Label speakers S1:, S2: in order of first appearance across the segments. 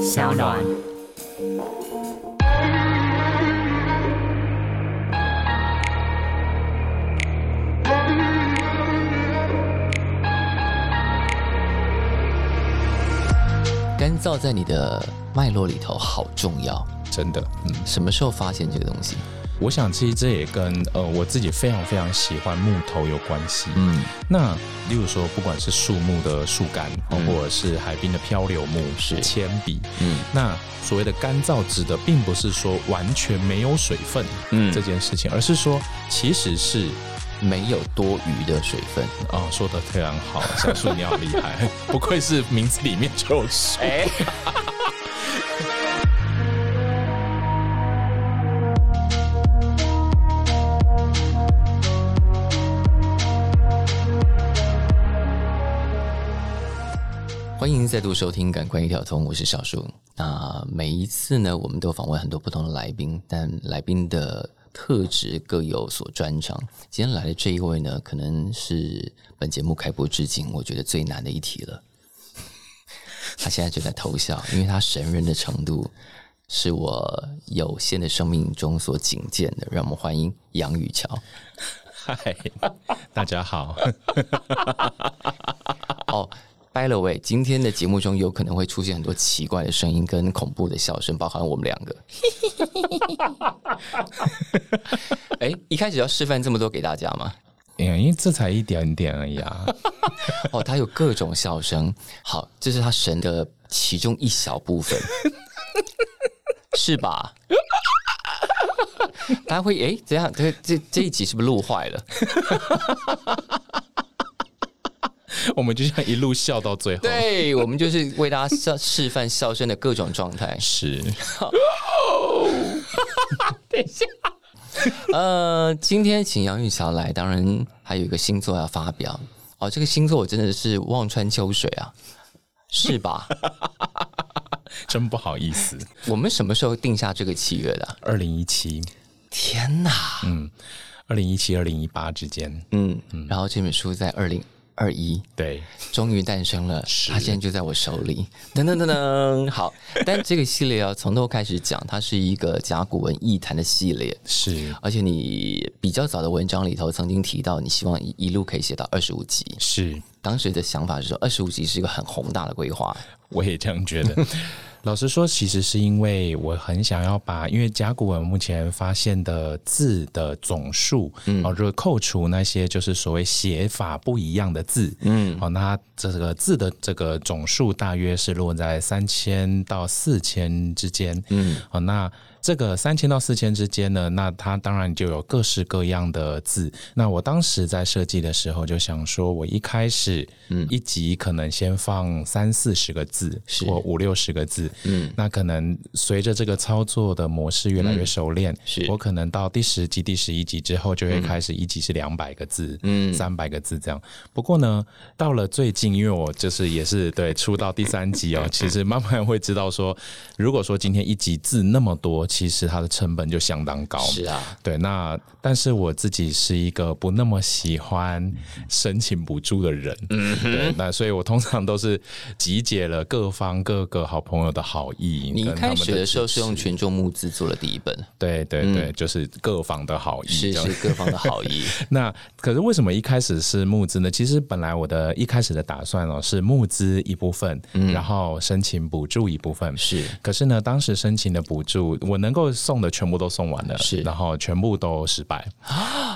S1: 小暖。
S2: 干燥在你的脉络里头好重要。
S3: 真的，嗯，
S2: 什么时候发现这个东西？
S3: 我想其实这也跟呃我自己非常非常喜欢木头有关系。
S2: 嗯，
S3: 那例如说，不管是树木的树干，哦
S2: 嗯
S3: 或者是海滨的漂流木、
S2: 是
S3: 铅笔，
S2: 嗯，
S3: 那所谓的干燥指的并不是说完全没有水分，
S2: 嗯
S3: 这件事情，而是说其实是
S2: 没有多余的水分。
S3: 啊、说的非常好，小树你好厉 害，不愧是名字里面就有树。
S2: 欢迎再度收听《感官一条通》，我是小树。那每一次呢，我们都访问很多不同的来宾，但来宾的特质各有所专长。今天来的这一位呢，可能是本节目开播至今我觉得最难的一题了。 他现在就在偷笑，因为他神人的程度是我有限的生命中所仅见的。让我们欢迎杨雨乔。哎
S3: 嗨，大家好，
S2: 哦，by the way，今天的节目中有可能会出现很多奇怪的声音跟恐怖的笑声，包含我们两个。哎、一开始要示范这么多给大家吗？
S3: 嗯因为这才一点点而已啊。
S2: 哦，他有各种笑声。好，这是他神的其中一小部分，是吧？他会哎、怎样？这这这一集是不是录坏了？
S3: 我们就像一路笑到最后。
S2: 对，哦我们就是为大家笑示范笑声的各种状态。
S3: 是，
S2: 呃，今天请杨玉桥来，当然还有一个星座要发表哦。这个星座我真的是望穿秋水啊，是 吧？
S3: 真不好意思。
S2: 我们什么时候定下这个契约的啊？
S3: 二零一七，
S2: 天哪！
S3: 嗯，二零一七、二零一八之间，
S2: 嗯，然后这本书在二零二一
S3: 对，
S2: 终于诞生了，它现在就在我手里。噔噔噔噔，好。但这个系列要从头开始讲，它是一个甲骨文意谈的系列。
S3: 是
S2: 而且你比较早的文章里头曾经提到，你希望一一路可以写到二十五集。
S3: 是，
S2: 当时的想法是说，二十五集是一个很宏大的规划。
S3: 我也这样觉 得。老实说，其实是因为我很想要把，因为甲骨文目前发现的字的总数，嗯，哦，如果扣除那些就是所谓写法不一样的字，嗯，哦，那它这个字的这个总数大约是落在三千到四千之间，嗯，哦，那这个三千到四千之间呢，那它当然就有各式各样的字。那我当时在设计的时候就想说，我一开始，嗯，一集可能先放三四十个字，
S2: 是
S3: 或五六十个字，嗯，那可能随着这个操作的模式越来越熟练，
S2: 是嗯
S3: 我可能到第十集、第十一集之后就会开始一集是两百个字，嗯，三百个字这样。不过呢，到了最近，因为我就是也是对出到第三 集哦，其实慢慢会知道说，如果说今天一集字那么多，其实它的成本就相当高，
S2: 啊，
S3: 对，那但是我自己是一个不那么喜欢申请补助的人，
S2: 嗯
S3: 对，那所以我通常都是集结了各方各个好朋友的好意。
S2: 你一
S3: 跟他
S2: 开
S3: 们嗯
S2: 始的时候
S3: 支
S2: 是用
S3: 持
S2: 群众募资做了第一本，
S3: 对对对，就是各方的好意，
S2: 嗯是
S3: 这样
S2: 是各方的好意。
S3: 那可是为什么一开始是募资呢？其实本来我的一开始的打算哦是募资一部分，
S2: 嗯
S3: 然后申请补助一部分。
S2: 是
S3: 可 是呢，当时申请的补助，我能够送的全部都送完了，
S2: 是啊
S3: 然后全部都失败。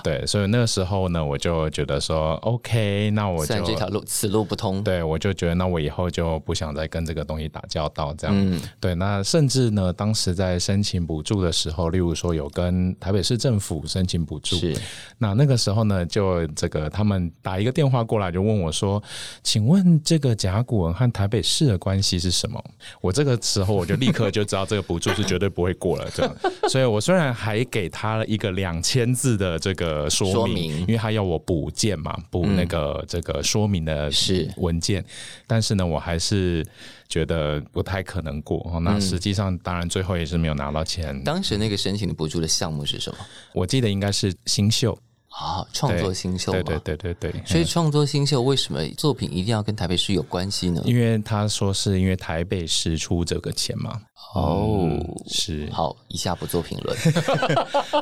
S3: 对，所以那个时候呢，我就觉得说，OK，那我就
S2: 虽然这条路此路不通，
S3: 对，我就觉得那我以后就不想再跟这个东西打交道，这样。对，那甚至呢，当时在申请补助的时候，例如说有跟台北市政府申请补助，
S2: 是
S3: 那那个时候呢，就这个他们打一个电话过来，就问我说：“请问这个甲骨文和台北市的关系是什么？”我这个时候我就立刻就知道这个补助是绝对不会过了，这样。所以我虽然还给他了一个两千字的这个说明，
S2: 说明嗯
S3: 因为他要我补件嘛，补那个这个说明的
S2: 是
S3: 文件，但是呢，我还是觉得不太可能过。哦
S2: 嗯
S3: 那实际上，当然最后也是没有拿到钱。
S2: 当时那个申请的补助的项目是什么？
S3: 我记得应该是新秀。
S2: 啊，创作新秀嘛。
S3: 对对对对对，
S2: 所以创作新秀为什么作品一定要跟台北市有关系呢？
S3: 因为他说是因为台北市出这个钱嘛。
S2: 哦
S3: 嗯是，
S2: 好，以下不做评 论。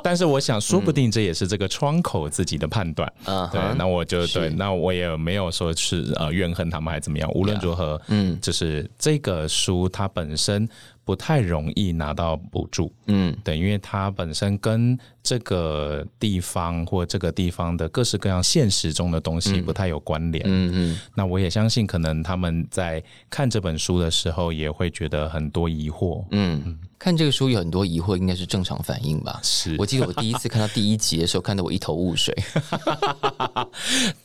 S3: 但是我想，说不定这也是这个窗口自己的判断。
S2: 嗯
S3: 对，
S2: 哼
S3: 那我就是对，那我也没有说是呃怨恨他们还怎么样。无论如何，嗯，就是这个书它本身不太容易拿到补助，
S2: 嗯，
S3: 对，因为它本身跟这个地方或这个地方的各式各样现实中的东西不太有关联。
S2: 嗯嗯，
S3: 那我也相信，可能他们在看这本书的时候，也会觉得很多疑惑。
S2: 嗯，看这个书有很多疑惑，应该是正常反应吧？
S3: 是
S2: 我记得我第一次看到第一集的时候，看得我一头雾水。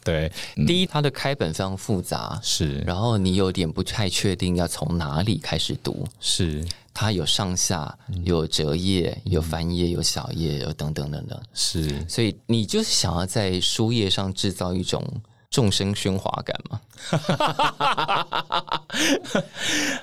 S3: 对，
S2: 第一，它的开本非常复杂，
S3: 是
S2: 然后你有点不太确定要从哪里开始读。
S3: 是
S2: 它有上下，
S3: 嗯
S2: 有折页，有翻页，有小页，有等等等等。
S3: 是，
S2: 所以你就是想要在书页上制造一种众生喧哗感嘛？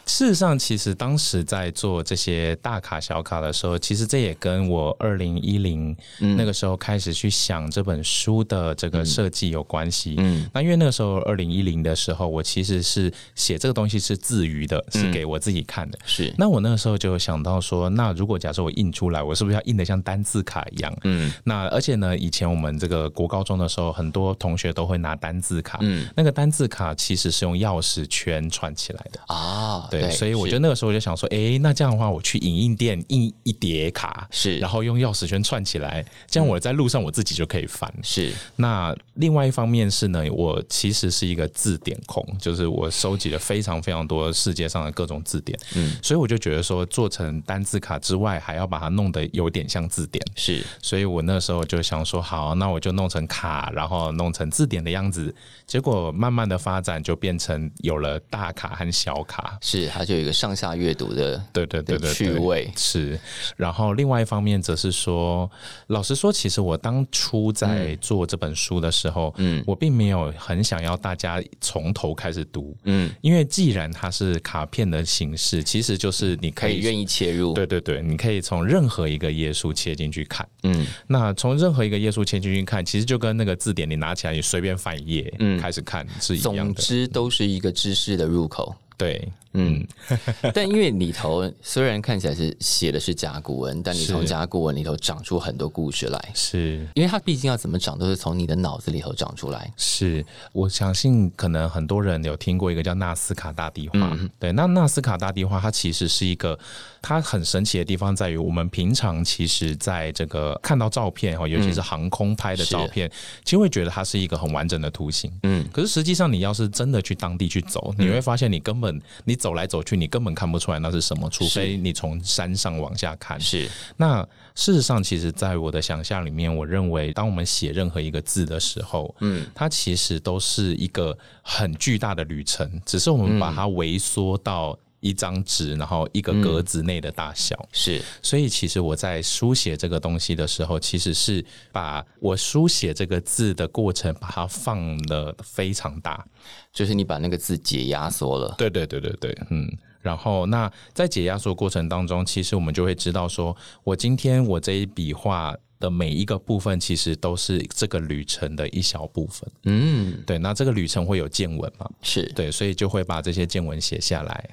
S3: 事实上，其实当时在做这些大卡小卡的时候，其实这也跟我二零一零
S2: 嗯
S3: 那个时候开始去想这本书的这个设计有关系。
S2: 嗯
S3: 那因为那个时候二零一零的时候，我其实是写这个东西是自娱的，
S2: 嗯
S3: 是给我自己看的。
S2: 是，
S3: 那我那个时候就想到说，那如果假设我印出来，我是不是要印的像单字卡一样？
S2: 嗯
S3: 那而且呢，以前我们这个国高中的时候，很多同学都会拿单字卡，
S2: 嗯
S3: 那个单字卡其实是用钥匙圈串起来的。
S2: 啊，
S3: 对，所以我
S2: 是
S3: 觉得那个时候我就想说，诶，那这样的话，我去影印店印一叠卡，
S2: 是
S3: 然后用钥匙圈串起来，这样我在路上我自己就可以翻。
S2: 是
S3: 那另外一方面是呢，我其实是一个字典控，就是我收集了非常非常多世界上的各种字典，
S2: 嗯
S3: 所以我就觉得说，做成单字卡之外，还要把它弄得有点像字典。
S2: 是
S3: 所以我那时候就想说，好，那我就弄成卡，然后弄成字典的样子。结果慢慢的发展，就变成有了大卡和小卡。
S2: 是，它就有一个上下阅读的
S3: 对对对
S2: 的
S3: 对，
S2: 趣
S3: 对
S2: 味
S3: 是。然后另外一方面，则是说，老实说，其实我当初在
S2: 嗯
S3: 做这本书的时候，嗯，我并没有很想要大家从头开始读，
S2: 嗯，
S3: 因为既然它是卡片的形式，其实就是你
S2: 可
S3: 可
S2: 以
S3: 以
S2: 愿意切入，
S3: 对对对，你可以从任何一个页数切进去看。
S2: 嗯
S3: 那从任何一个页数切进去看，其实就跟那个字典你拿起来你随便翻一页、
S2: 嗯
S3: 开始看是一样
S2: 总
S3: 的。
S2: 之都是一个知识的入口。
S3: 对，
S2: 嗯， 但因为里头虽然看起来是写的是甲骨文，但你
S3: 是
S2: 从甲骨文里头长出很多故事来，
S3: 是
S2: 因为它毕竟要怎么长都是从你的脑子里头长出来。
S3: 是，我相信可能很多人有听过一个叫纳斯卡大地画。对，那纳斯卡大地画它其实是一个，它很神奇的地方在于，我们平常其实在这个看到照片哈，尤其是航空拍的
S2: 是
S3: 照片，其实会觉得它是一个很完整的图形。
S2: 嗯，
S3: 可是实际上，你要是真的去当地去走，你会发现你根本你走来走去，你根本看不出来那是什么，除非你从山上往下看。
S2: 是
S3: 那事实上，其实在我的想象里面，我认为当我们写任何一个字的时候，嗯，它其实都是一个很巨大的旅程，只是我们把它微缩到。一张纸，然后一个格子内的大小，
S2: 是，
S3: 所以其实我在书写这个东西的时候，其实是把我书写这个字的过程，把它放了非常大。
S2: 就是你把那个字解压缩了。
S3: 对对对对对，嗯。然后，那在解压缩过程当中，其实我们就会知道说，我今天我这一笔画的每一个部分，其实都是这个旅程的一小部分。
S2: 嗯，
S3: 对，那这个旅程会有见闻嘛？
S2: 是。
S3: 对，所以就会把这些见闻写下来。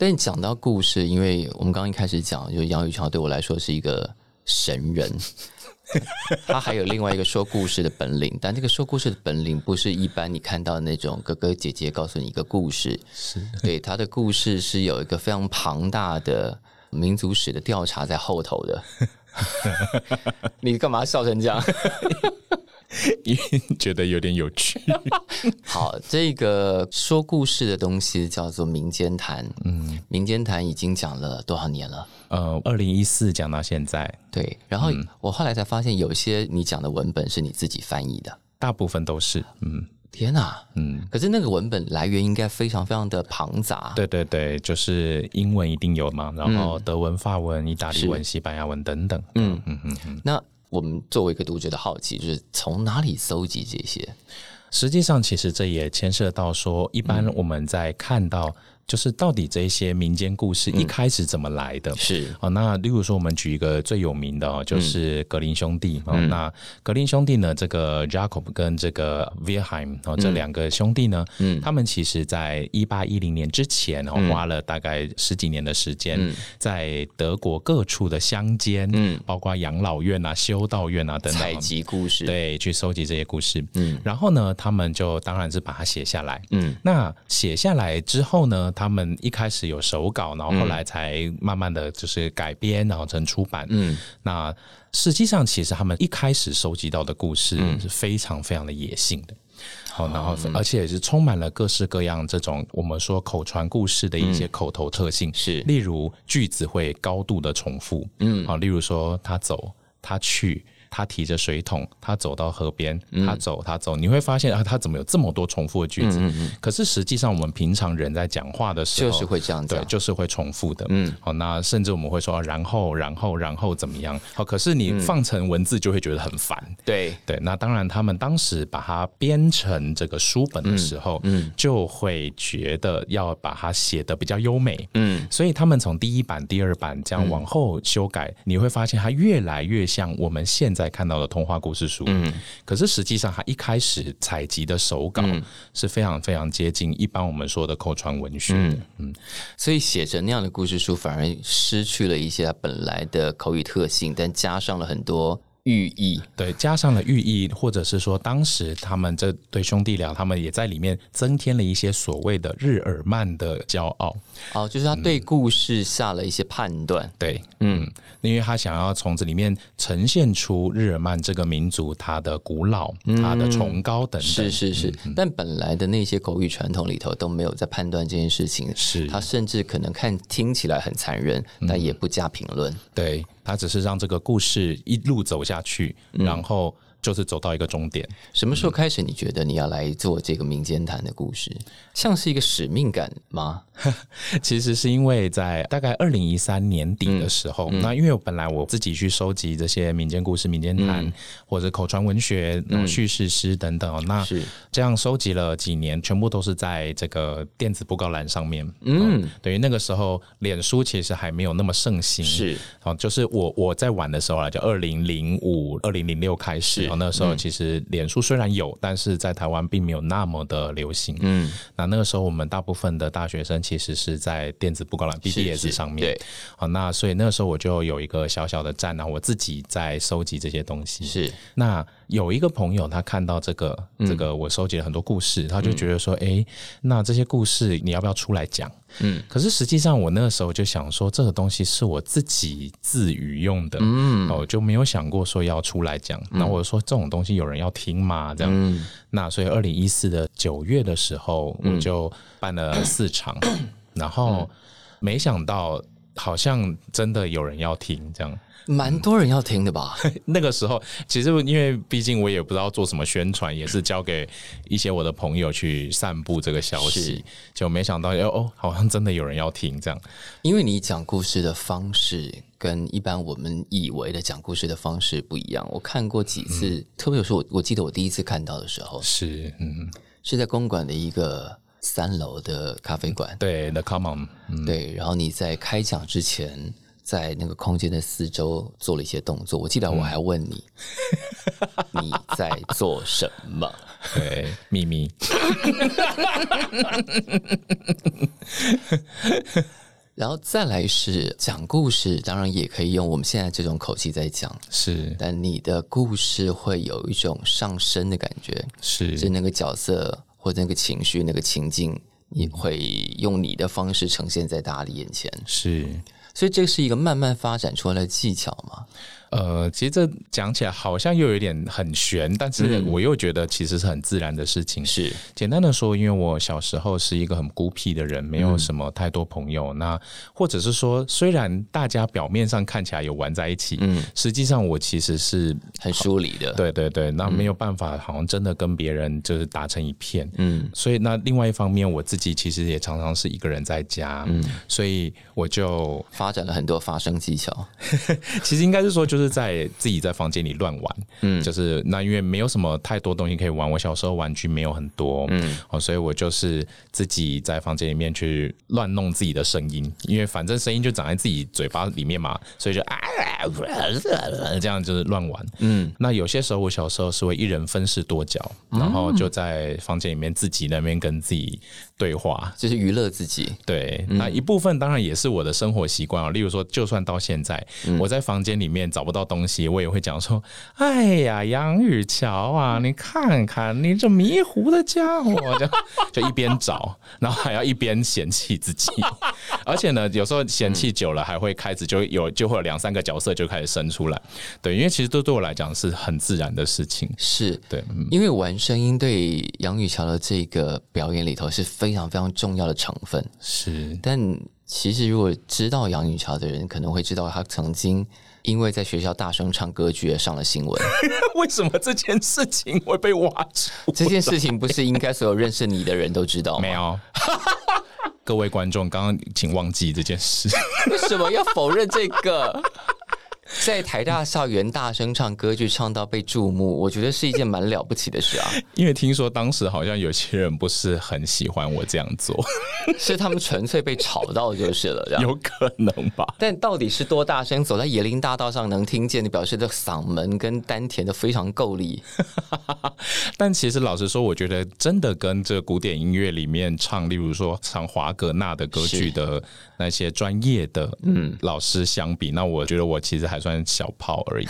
S2: 但讲到故事，因为我们刚刚一开始讲，就是杨宇桥对我来说是一个神人，他还有另外一个说故事的本领，但这个说故事的本领不是一般你看到的那种哥哥姐姐告诉你一个故事，
S3: 是
S2: 对他的故事是有一个非常庞大的民族史的调查在后头的。你干嘛笑成这样？
S3: 因为觉得有点有趣。
S2: 好，这个说故事的东西叫做民间谈，嗯，民间谈已经讲了多少年了？
S3: 呃，二零一四讲到现在，
S2: 对，然
S3: 嗯
S2: 后我后来才发现，有些你讲的文本是你自己翻译的。
S3: 大部分都是，嗯
S2: 天哪！
S3: 嗯，
S2: 可是那个文本来源应该非常非常的庞杂。，
S3: 对对对，就是英文一定有嘛，然后德文、法文、意大利文、西班牙文等等。嗯嗯嗯嗯。
S2: 那我们作为一个读者的好奇，就是从哪里搜集这些？嗯
S3: 实际上，其实这也牵涉到说，一般我们在看到就是到底这一些民间故事一开始怎么来的？
S2: 嗯是
S3: 哦，那例如说，我们举一个最有名的哦，就是格林兄弟哦。
S2: 嗯
S3: 那格林兄弟呢，这个 Jacob 跟这个 Wilhelm 哦，这两个兄弟呢，
S2: 嗯
S3: 他们其实在一八一零年之前哦，花了大概十几年的时间，在德国各处的乡间，
S2: 嗯
S3: 包括养老院啊、修道院啊等等
S2: 采
S3: 哦，
S2: 集故事，，
S3: 对，去收集这些故事。
S2: 嗯
S3: 然后呢，他们就当然是把它写下来。
S2: 嗯
S3: 那写下来之后呢，他们一开始有手稿，然后后来才慢慢的就是改编，然后成出版。
S2: 嗯
S3: 那实际上，其实他们一开始收集到的故事
S2: 嗯
S3: 是非常非常的野性的。好，
S2: 哦
S3: 然后而且也是充满了各式各样这种我们说口传故事的一些口头特性，
S2: 嗯是
S3: 例如句子会高度的重复，嗯，好，例如说他走，他去。他提着水桶，他走到河边，
S2: 嗯
S3: 他走，他走，你会发现啊，他怎么有这么多重复的句子？可是实际上，我们平常人在讲话的时候，
S2: 嗯就是会这样
S3: 哦对，
S2: 讲，
S3: 就是会重复的。嗯，好，那甚至我们会说，啊然后，然后，然后怎么样？好，可是
S2: 嗯
S3: 你放成文字就会觉得很烦。
S2: 对，
S3: 对，那当然，他们当时把它编成这个书本的时候，
S2: 嗯
S3: 就会觉得要把它写得比较优美，
S2: 嗯，
S3: 所以他们从第一版、第二版这样往后修
S2: 嗯
S3: 改，你会发现它越来越像我们现在看到的童话故事书，嗯，可是实际上它一开始采集的手稿
S2: 嗯
S3: 是非常非常接近一般我们说的口传文
S2: 嗯
S3: 学的，
S2: 所以写成那样的故事书，反而失去了一些它本来的口语特性，但加上了很多寓意。
S3: 对，加上了寓意，或者是说，当时他们这对兄弟俩，他们也在里面增添了一些所谓的日耳曼的骄傲。
S2: 哦，就是他
S3: 嗯
S2: 对故事下了一些判断。
S3: 对，嗯，因为他想要从这里面呈现出日耳曼这个民族它的古老、它的崇高等等。
S2: 嗯是是
S3: 嗯
S2: 是，但本来的那些口语传统里头都没有在判断这件事情，
S3: 是嗯
S2: 他甚至可能看听起来很残忍，但也不加评论。
S3: 对他只是让这个故事一路走下去，
S2: 嗯
S3: 然后就是走到一个终点。
S2: 什么时候开始你觉得你要来做这个民间谈的故事，像是一个使命感吗？
S3: 其实是因为在大概二零一三年底的时候，那因为我本来我自己去收集这些民间故事、民间谈、或者口传文学、然后叙事诗等等哦，那
S2: 是
S3: 这样收集了几年，全部都是在这个电子布告栏上面。嗯，等于那个时候脸书其实还没有那么盛行，
S2: 是
S3: 哦，就是我我在玩的时候啊，就二零零五、二零零六开始，
S2: 是嗯
S3: 哦，那时候其实脸书虽然有，但是在台湾并没有那么的流行。嗯，那那个时候我们大部分的大学生其实是在电子布告栏
S2: 是
S3: BBS
S2: 是
S3: 上面。
S2: 对，
S3: 好，那所以那个时候我就有一个小小的站然后我自己在收集这些东西。
S2: 是
S3: 那有一个朋友，他看到这个这个我收集了很多故事，他就觉得说，哎、那这些故事你要不要出来讲？嗯，可是实际上我那个时候就想说，这个东西是我自己自娱用的，嗯，我就没有想过说要出来讲。那、我说这种东西有人要听吗？这样，那所以二零一四的九月的时候，我就办了四场， 然后没想到好像真的有人要听这样。
S2: 蛮多人要听的 吧？
S3: 那个时候，其实因为毕竟我也不知道做什么宣传，也是交给一些我的朋友去散布这个消
S2: 是
S3: 息，就没想到哦哦，好像真的有人要听这样。
S2: 因为你讲故事的方式跟一般我们以为的讲故事的方式不一样。我看过几次，
S3: 嗯
S2: 特别是我我记得我第一次看到的时候，
S3: 是，嗯，
S2: 是在公馆的一个三楼的咖啡馆。
S3: 对，The Common，嗯，
S2: 对，然后你在开讲之前，在那个空间的四周做了一些动作。我记得我还问你，你在做什么？
S3: 对，秘密，
S2: 然后再来是讲故事，当然也可以用我们现在这种口气在讲，
S3: 是
S2: 但你的故事会有一种上升的感觉，就是
S3: 是
S2: 那个角色或者那个情绪、那个情境。你会用你的方式呈现在大家的眼前，
S3: 是，
S2: 所以这是一个慢慢发展出来的技巧嘛？
S3: 呃，其实这讲起来好像又有点很悬，但是我又觉得其实是很自然的事情。
S2: 是，
S3: 简单的说，因为我小时候是一个很孤僻的人，没有什么太多朋友。那或者是说，虽然大家表面上看起来有玩在一起，嗯，实际上我其实是
S2: 很疏离的。
S3: 对对对，那没有办法，好像真的跟别人就是打成一片，嗯，所以那另外一方面，我自己其实也常常是一个人在家，嗯，所以我就
S2: 发展了很多发声技巧。
S3: 其实应该是说，就就是在自己在房间里乱玩，嗯，就是那因为没有什么太多东西可以玩，我小时候玩具没有很多，嗯，哦，所以我就是自己在房间里面去乱弄自己的声音，因为反正声音就长在自己嘴巴里面嘛，所以就 啊，这样就是乱玩，嗯，那有些时候我小时候是会一人分饰多角，然后就在房间里面自己那边跟自己对话，
S2: 就是娱乐自己。
S3: 对，那一部分当然也是我的生活习惯啊。例如说，就算到现在，我在房间里面找不到东西，我也会讲说：“哎呀，杨雨乔啊，你看看你这迷糊的家伙！” 就就一边找，然后还要一边嫌弃自己。而且呢，有时候嫌弃久了，还会开始就有就会有两三个角色就开始生出来。对，因为其实都对我来讲是很自然的事情。
S2: 是
S3: 对，嗯
S2: 因为玩声音对杨雨乔的这个表演里头是非常非常重要的成分。
S3: 是，
S2: 但其实如果知道杨雨乔的人，可能会知道她曾经因为在学校大声唱歌剧而上了新 闻。
S3: 为什么这件事情会被挖出？
S2: 这件事情不是应该所有认识你的人都知道吗？
S3: 没，有。 各位观众，刚刚请忘记这件事。
S2: 为什么要否认这个？在台大校园大声唱歌剧，唱到被注目，我觉得是一件蛮了不起的 事啊！
S3: 因为听说当时好像有些人不是很喜欢我这样做，
S2: 是他们纯粹被吵到就是了，这样。
S3: 有可能吧？
S2: 但到底是多大声？走在野林大道上能听见，你表示的嗓门跟丹田都非常够 力。
S3: 但其实老实说，我觉得真的跟这古典音乐里面唱，例如说唱华格纳的歌剧的那些专业的嗯老师相比，那我觉得我其实还算小炮而已。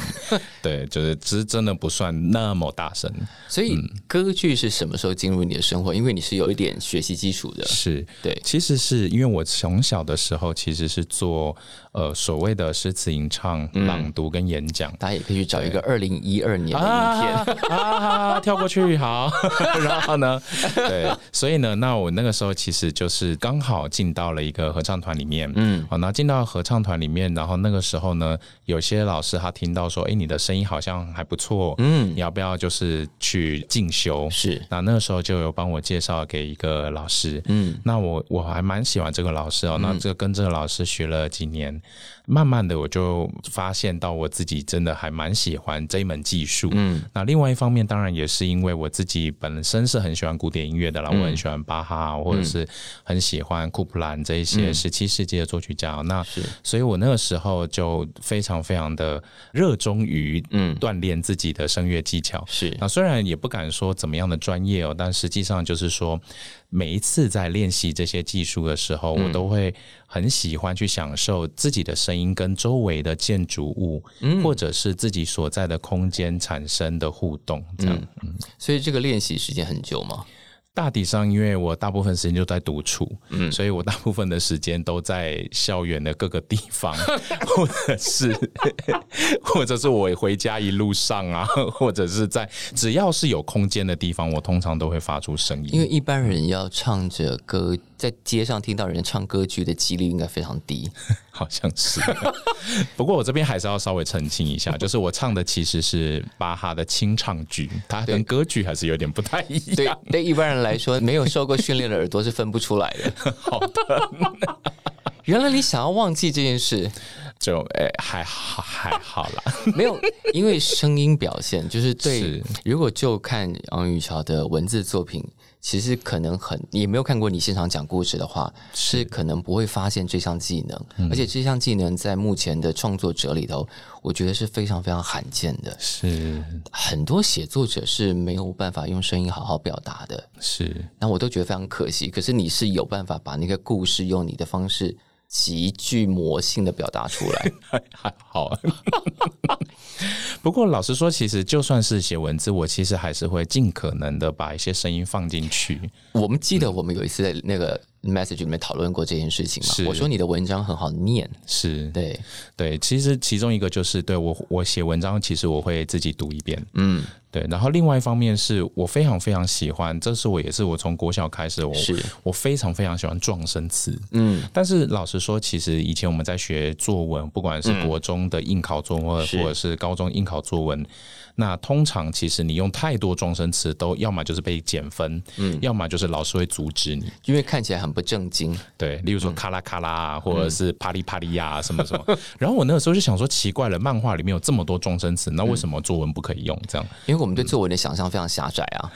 S3: 对，就是只是真的不算那么大声。
S2: 所
S3: 嗯
S2: 以歌剧是什么时候进入你的生活？因为你是有一点学习基础的，
S3: 是
S2: 对
S3: 其实是因为我从小的时候其实是做呃所谓的诗词吟唱、朗读跟演讲。
S2: 大家也可以去找一个二零一二年的影片。
S3: 啊 啊！跳过去好， 然后呢？对，所以呢，那我那个时候其实就是刚好进到了一个合唱团里面，嗯，好，那进到合唱团里面，然后那个时候呢，有些老师他听到说，哎，你的声音好像还不错，嗯，你要不要就是去进修？
S2: 是
S3: 那那个时候就有帮我介绍给一个老师，嗯，那我我还蛮喜欢这个老师哦，那这个跟这个老师学了几年，慢慢的我就发现到我自己真的还蛮喜欢这一门技术，嗯，那另外一方面当然也是因为我自己本身是很喜欢古典音乐的啦，我很喜欢巴哈或者是很喜欢库普兰这一些十七世纪的作曲家哦，那所以我那个时候就非常非常的热衷于嗯锻炼自己的声乐技巧，
S2: 是
S3: 那虽然也不敢说怎么样的专业哦，但实际上就是说，每一次在练习这些技术的时候，我都会很喜欢去享受自己的声音跟周围的建筑物，或者是自己所在的空间产生的互动。这样，
S2: 所以这个练习时间很久吗？
S3: 大体上，因为我大部分时间就在独处，
S2: 嗯
S3: 所以我大部分的时间都在校园的各个地 方，或者是， 或者是我回家一路上啊， 或者是在只要是有空间的地方，我通常都会发出声
S2: 因
S3: 音。
S2: 为一般人要唱着歌，在街上听到人唱歌剧的几率应该非常低。
S3: 好像是， 不过我这边还是要稍微澄 清一下，就是我唱的其实是巴哈的清唱剧，它跟歌剧还是有点不太一样。
S2: 对，对一般人来说，没有受过训练的耳朵是分不出来的。
S3: 好
S2: 的， 原来你想要忘记这件事，
S3: 就诶、还好还好啦。
S2: 没有，因为声音表现就是对。
S3: 是
S2: 如果就看杨雨乔的文字作品，其实可能很也没有看过你现场讲故事的话，是可能不会发现这项技能。而且这项技能在目前的创作者里头，我觉得是非常非常罕见的。
S3: 是
S2: 很多写作者是没有办法用声音好好表达的，
S3: 是，
S2: 那我都觉得非常可惜。可是你是有办法把那个故事用你的方式极具魔性的表达出 来，
S3: 还好。 不过老实说，其实就算是写文字，我其实还是会尽可能的把一些声音放进去。
S2: 我们记得我们有一次在那个 message 里面讨论过这件事情嘛
S3: 是？
S2: 我说你的文章很好念，
S3: 是
S2: 对，
S3: 对，其实其中一个就是对我我写文章，其实我会自己读一遍，嗯，对。然后另外一方面是我非常非常喜欢，这是我也是我从国小开始，我
S2: 是
S3: 我非常非常喜欢撞声词，嗯。但是老实说，其实以前我们在学作文，不管是国中的应考作文，
S2: 是
S3: 或者是高中应考作文。那通常其实你用太多撞声词，都要么就是被减分，嗯，要么就是老师会阻止你。
S2: 因为看起来很很不正经，
S3: 对，
S2: 嗯
S3: 例如说咔啦咔啦啊，或者是啪哩啪哩呀、啊、什么什么。 然后我那个时候就想说，奇怪了，漫画里面有这么多众生词，那为什么作文不可以用？这样
S2: 因为我们对作文的想象非常狭窄 啊，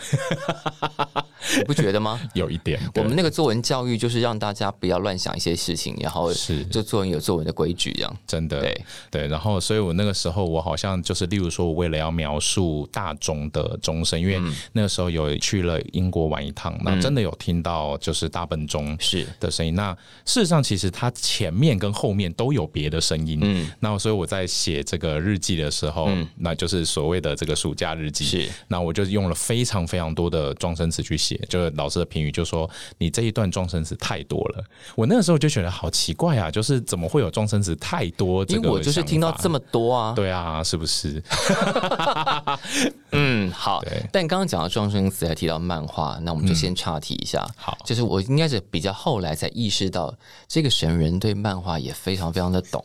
S2: 你不觉得吗？
S3: 有一 点，
S2: 我
S3: 对
S2: 们那个作文教育就是让大家不要乱想一些事情，然后
S3: 是
S2: 就作文有作文的规矩，这样
S3: 真的
S2: 对
S3: 对，然后所以我那个时候我好像就是，例如说我为了要描述大中的钟声，因为
S2: 嗯
S3: 那个时候有去了英国玩一趟，那真的有听到就是大笨钟
S2: 是
S3: 的声音。那事实上，其实它前面跟后面都有别的声音。嗯，那所以我在写这个日记的时候，那就是所谓的这个暑假
S2: 嗯
S3: 日记。
S2: 是，
S3: 那我就用了非常非常多的撞声词去写，就是老师的评语就说你这一段撞声词太多了。我那个时候就觉得好奇怪啊，就是怎么会有撞声词太多这
S2: 因
S3: 个想法？
S2: 为我就是听到这么多啊。
S3: 对啊，是不是？
S2: 嗯，好
S3: 对。
S2: 但刚刚讲到撞声词，还提到漫画，那我们就先岔题一下。
S3: 嗯好
S2: 就是我应该是比较后来才意识到，这个神人对漫画也非常非常的 懂，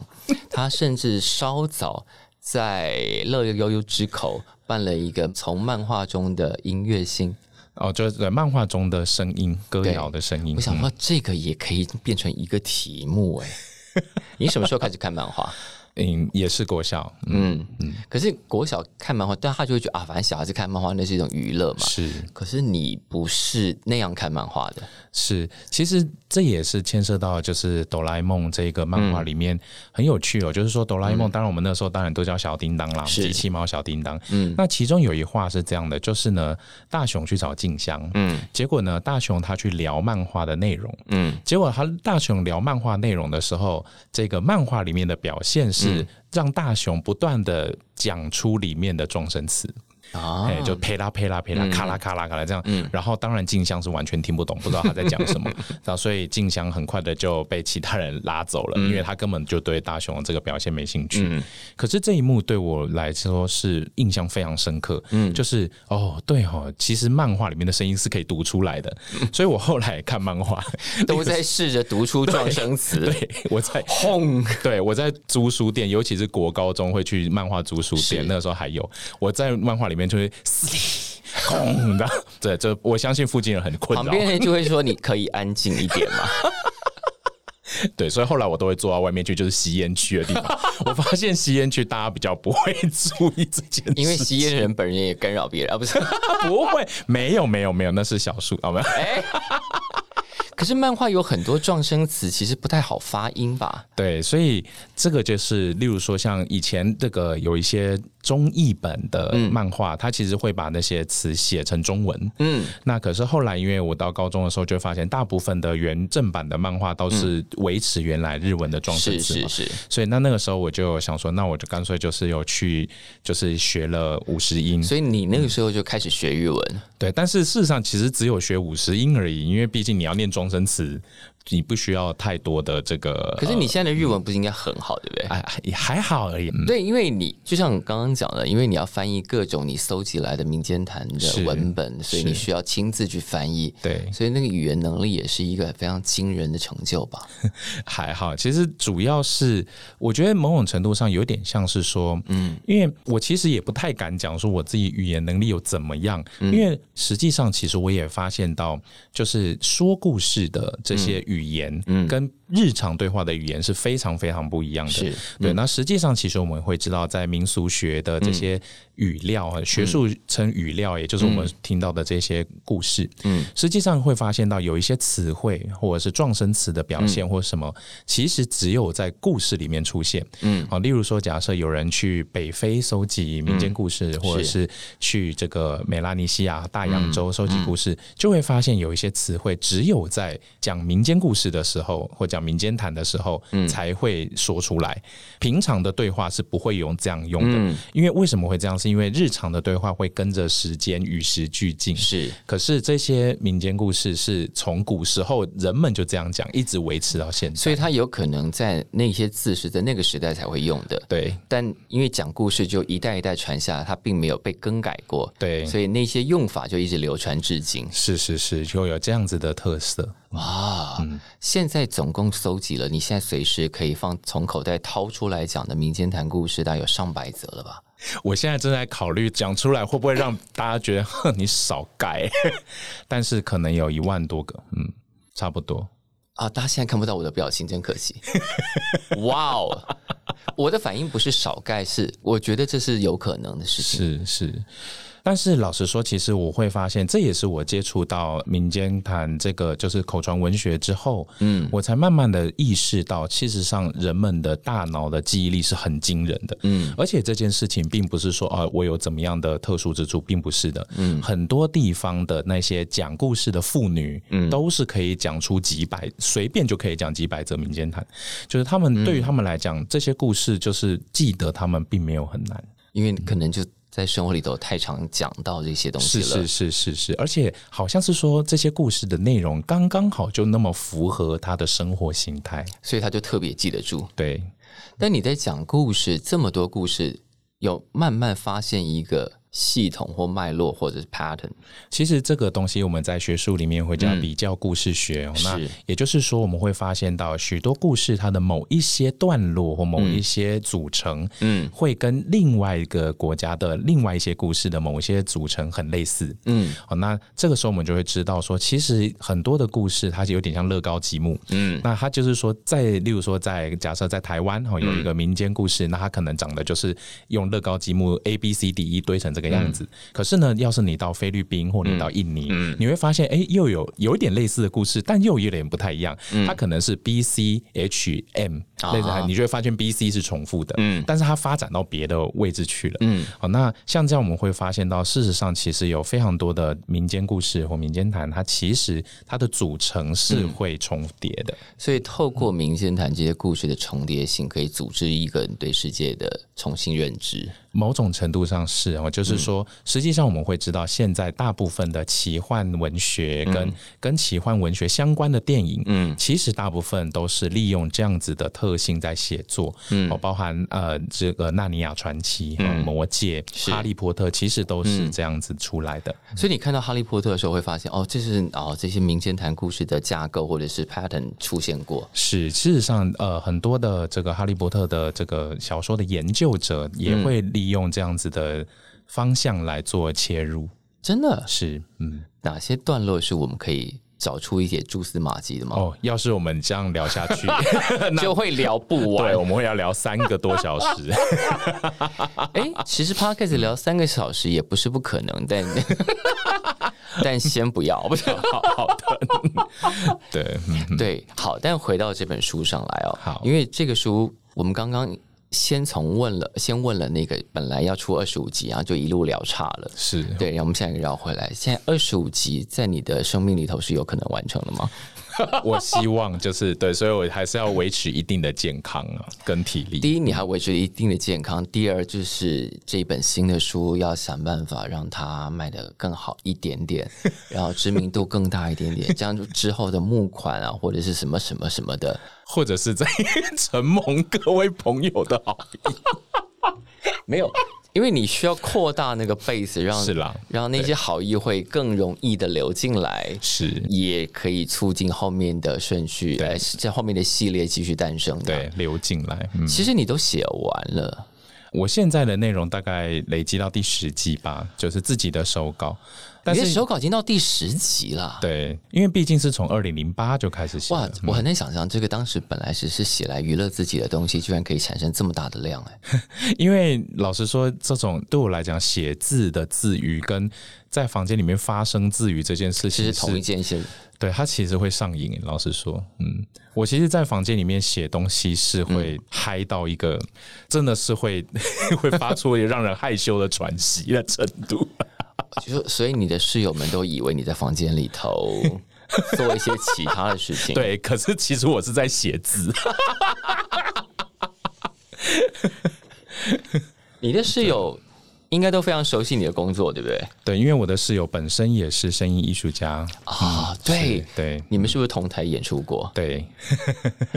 S2: 他甚至稍早在乐悠悠之口办了一个从漫画中的音乐性。
S3: 哦，就是漫画中的声音，歌谣的声音。
S2: 我想
S3: 嗯
S2: 说，这个也可以变成一个题目 哎、你什么时候开始看漫画？
S3: 嗯，也是国校，嗯
S2: 嗯嗯。可是国小看漫画，但他就会觉得啊，反正小孩子看漫画那是一种娱乐嘛。
S3: 是。
S2: 可是你不是那样看漫画的，
S3: 是，其实这也是牵涉到就是哆啦 A 梦这个漫画里面很有趣哦，就是说哆啦 A 梦，当然我们那时候当然都叫小叮当啦，
S2: 是
S3: 机器猫小叮当。嗯，那其中有一话是这样的，就是呢，大雄去找静香，嗯，结果呢，大雄他去聊漫画的内容，嗯，结果他大雄聊漫画内容的时候，这个漫画里面的表现是让大雄不断的讲出里面的撞声词。
S2: 啊
S3: 哎、，就呸啦呸啦呸啦，咔啦咔啦咔啦这样。然后当然静香是完全听不懂，不知道他在讲什么。然后所以静香很快的就被其他人拉走了，因为他根本就对大雄这个表现没兴趣。可是这一幕对我来说是印象非常深刻，嗯，就是哦，对哦，其实漫画里面的声音是可以读出来的，所以我后来看漫画，
S2: 都在试着读出撞声词，
S3: 对我在
S2: 轰，
S3: 对，我在租书店，尤其是国高中会去漫画租书
S2: 是
S3: 店，那个时候还有我在漫画里面就会嘶哩轰的，对，这我相信附近人很困
S2: 旁
S3: 扰，
S2: 边人就会说你可以安静一点 嘛。
S3: 对，所以后来我都会坐到外面去，就是吸烟区的地 方。我发现吸烟区大家比较不会 注意这件事，
S2: 因为吸烟人本人也干扰别人啊，不是？
S3: 不会， 没有没有没有，那是小数，好吗？
S2: 哎， 可是漫画有很多撞声词，其实不太好发音吧？
S3: 对，所以这个就是，例如说像以前这个有一些中译本的
S2: 嗯
S3: 漫画，它其实会把那些词写成中文。嗯，那可是后来，因为我到高中的时候，就发现大部分的原正版的漫画都是维持原来日文的装饰
S2: 是
S3: 词
S2: 嗯是
S3: 嘛。
S2: 是，
S3: 所以那那个时候我就想说，那我就干脆就是有去就是学了五十音，
S2: 所以你那个时候就开始学日文，
S3: 对。但是事实上其实只有学五十音而已，因为毕竟你要念终身词，你不需要太多的这个。
S2: 可是你现在的日文不是应该很好，对不对？
S3: 哎也还好而已，嗯
S2: 对，因为你就像刚刚讲的，因为你要翻译各种你搜集来的民间谈的
S3: 是
S2: 文本，所以
S3: 是
S2: 你需要亲自去翻译。
S3: 对。
S2: 所以那个语言能力也是一个非常惊人的成就吧？
S3: 还好，其实主要是我觉得某种程度上有点像是说，嗯，因为我其实也不太敢讲说我自己语言能力有怎么样，因为实际上其实我也发现到，就是说故事的这些语言，嗯，跟日常对话的语言是非常非常不一样的。
S2: 是
S3: 对，那实际上其实我们会知道，在民俗学的这些语料啊，学术称语料，也就是我们听到的这些故事，嗯，实际上会发现到有一些词汇或者是撞声词的表现或什么，其实只有在故事里面出现，嗯，好，例如说，假设有人去北非搜集民间故事，或者是去这个美拉尼西亚大洋洲收集故事，就会发现有一些词汇只有在讲民间故事的时候，或讲民间谈的时候，才会说出来。平常的对话是不会用这样用的，因为为什么会这样？是因为日常的对话会跟着时间与时俱进。
S2: 是
S3: 可是这些民间故事是从古时候人们就这样讲，一直维持到现在。
S2: 所以它有可能在那些字是在那个时代才会用的，
S3: 对
S2: 但因为讲故事就一代一代传下来，它并没有被更改过，
S3: 对，
S2: 所以那些用法就一直流传至今。
S3: 是是是，就有这样子的特色。
S2: 哇！现在总共搜集了，你现在随时可以放从口袋掏出来讲的民间谈故事，大概有上百则了吧？
S3: 我现在正在考虑讲出来会不会让大家觉 得哼你少改，但是可能有一万多个，嗯，差不多。
S2: 啊，大家现在看不到我的表情，真可惜。哇哦，我的反应不是少盖，是我觉得这是有可能的事情。
S3: 是是。但是老实说，其实我会发现，这也是我接触到民间谈这个就是口传文学之后，嗯，我才慢慢的意识到，事实上人们的大脑的记忆力是很惊人的，嗯，而且这件事情并不是说啊，我有怎么样的特殊之处，并不是的，嗯，很多地方的那些讲故事的妇女，嗯，都是可以讲出几百，随便就可以讲几百则民间谈，就是他们对于他们来讲，这些故事就是记得他们并没有很难。
S2: 因为可能就在生活里头太常讲到这些东西
S3: 是
S2: 了。
S3: 是是是是，而且好像是说这些故事的内容刚刚好就那么符合他的生活形态。
S2: 所以他就特别记得住。
S3: 对，
S2: 但你在讲故事，这么多故事，有慢慢发现一个系统或脉络或者是 pattern，
S3: 其实这个东西我们在学术里面会叫比较故事学、哦。那
S2: 嗯是
S3: 也就是说，我们会发现到许多故事它的某一些段落或某一些组成，
S2: 嗯
S3: 会跟另外一个国家的另外一些故事的某一些组成很类似。
S2: 嗯
S3: 好，那这个时候我们就会知道说，其实很多的故事它就有点像乐高积木。
S2: 嗯，
S3: 那它就是说在，例如说在假设在台湾哦有一个民间故事，那它可能长得就是用乐高积木 A B C D E 堆成这个样子。
S2: 嗯
S3: 可是呢，要是你到菲律宾或你到印尼，你会发现，哎、又有有一点类似的故事，但又有点不太一样。它可能是 B C H M
S2: 嗯啊
S3: 类似的，你就会发现 B C 是重复的，
S2: 嗯
S3: 但是它发展到别的位置去了，
S2: 嗯
S3: 好，那像这样我们会发现到，事实上其实有非常多的民间故事或民间谈，它其实它的组成是
S2: 嗯
S3: 会重叠的。
S2: 所以透过民间谈这些故事的重叠性，可以组织一个人对世界的重新认知。
S3: 某种程度上是哦，就是说，实际上我们会知道，现在大部分的奇幻文学跟、跟奇幻文学相关的电影，嗯，其实大部分都是利用这样子的特性在写作，嗯，哦，包含呃这个《纳尼亚传奇》哦魔戒》《哈利波特》，其实都是这样子出来的。
S2: 所以你看到《哈利波特》的时候，会发现哦，这是哦这些民间谈故事的架构或者是 pattern 出现过。
S3: 是，事实上，呃，很多的这个《哈利波特》的这个小说的研究者也会利用这样子的方向来做切入。
S2: 真的，
S3: 是，嗯，
S2: 哪些段落是我们可以找出一些蛛丝马迹的吗？
S3: 哦，要是我们这样聊下 去，
S2: 就会聊不完
S3: 对，。我们会要聊三个多小 时。
S2: 哎，其实 podcast 聊三个小时也不是不可能，但但先不要，不是
S3: 好好的，对，嗯
S2: 对，好，但回到这本书上来哦，
S3: 好
S2: 因为这个书我们刚刚先从问了，先问了那个本来要出二十五集，啊然后就一路聊差了。
S3: 是。
S2: 对，然后我们现在绕回来，现在二十五集在你的生命里头是有可能完成的吗？
S3: 我希望就是对，所以我还是要维持一定的健康啊，跟体力。
S2: 第一，你还维持一定的健康；第二，就是这本新的书要想办法让它卖得更好一点 点，然后知名度更大一点点，这样就之后的募款啊，或者是什么什么什么的，
S3: 或者是在 承蒙各位朋友的好意，
S2: 没有，因为你需要扩大那个 base，让
S3: 是啦
S2: 让那些好意会更容易的流进来。
S3: 是
S2: 也可以促进后面的顺序，
S3: 对
S2: 来在后面的系列继续诞生。
S3: 对，流进来。嗯，
S2: 其实你都写完了，
S3: 我现在的内容大概累积到第十集吧，就是自己的手稿。但
S2: 你的
S3: 是
S2: 手稿已经到第十集了。
S3: 对，嗯因为毕竟是从二零零八就开始写
S2: 哇
S3: 了，，
S2: 我很难想象，这个当时本来只是写来娱乐自己的东西，居然可以产生这么大的量哎、
S3: 因为老实说，这种对我来讲，写字的自娱跟在房间里面发生自娱这件事
S2: 其
S3: 情
S2: 实
S3: 是
S2: 同一件事，
S3: 对它其实会上瘾。老实说，嗯，我其实，在房间里面写东西是
S2: 嗯
S3: 会嗨到一个，真的是会 会发出让人害羞的喘息的程 度。
S2: 就所以你的室友们都以为你在房间里头做一些其他的事情。，
S3: 对，可是其实我是在写字。
S2: 你的室友应该都非常熟悉你的工作，对不对？
S3: 对，因为我的室友本身也是声音艺术家，
S2: 啊、
S3: 是
S2: 对，
S3: 对
S2: 你们是不是同台演出过？
S3: 对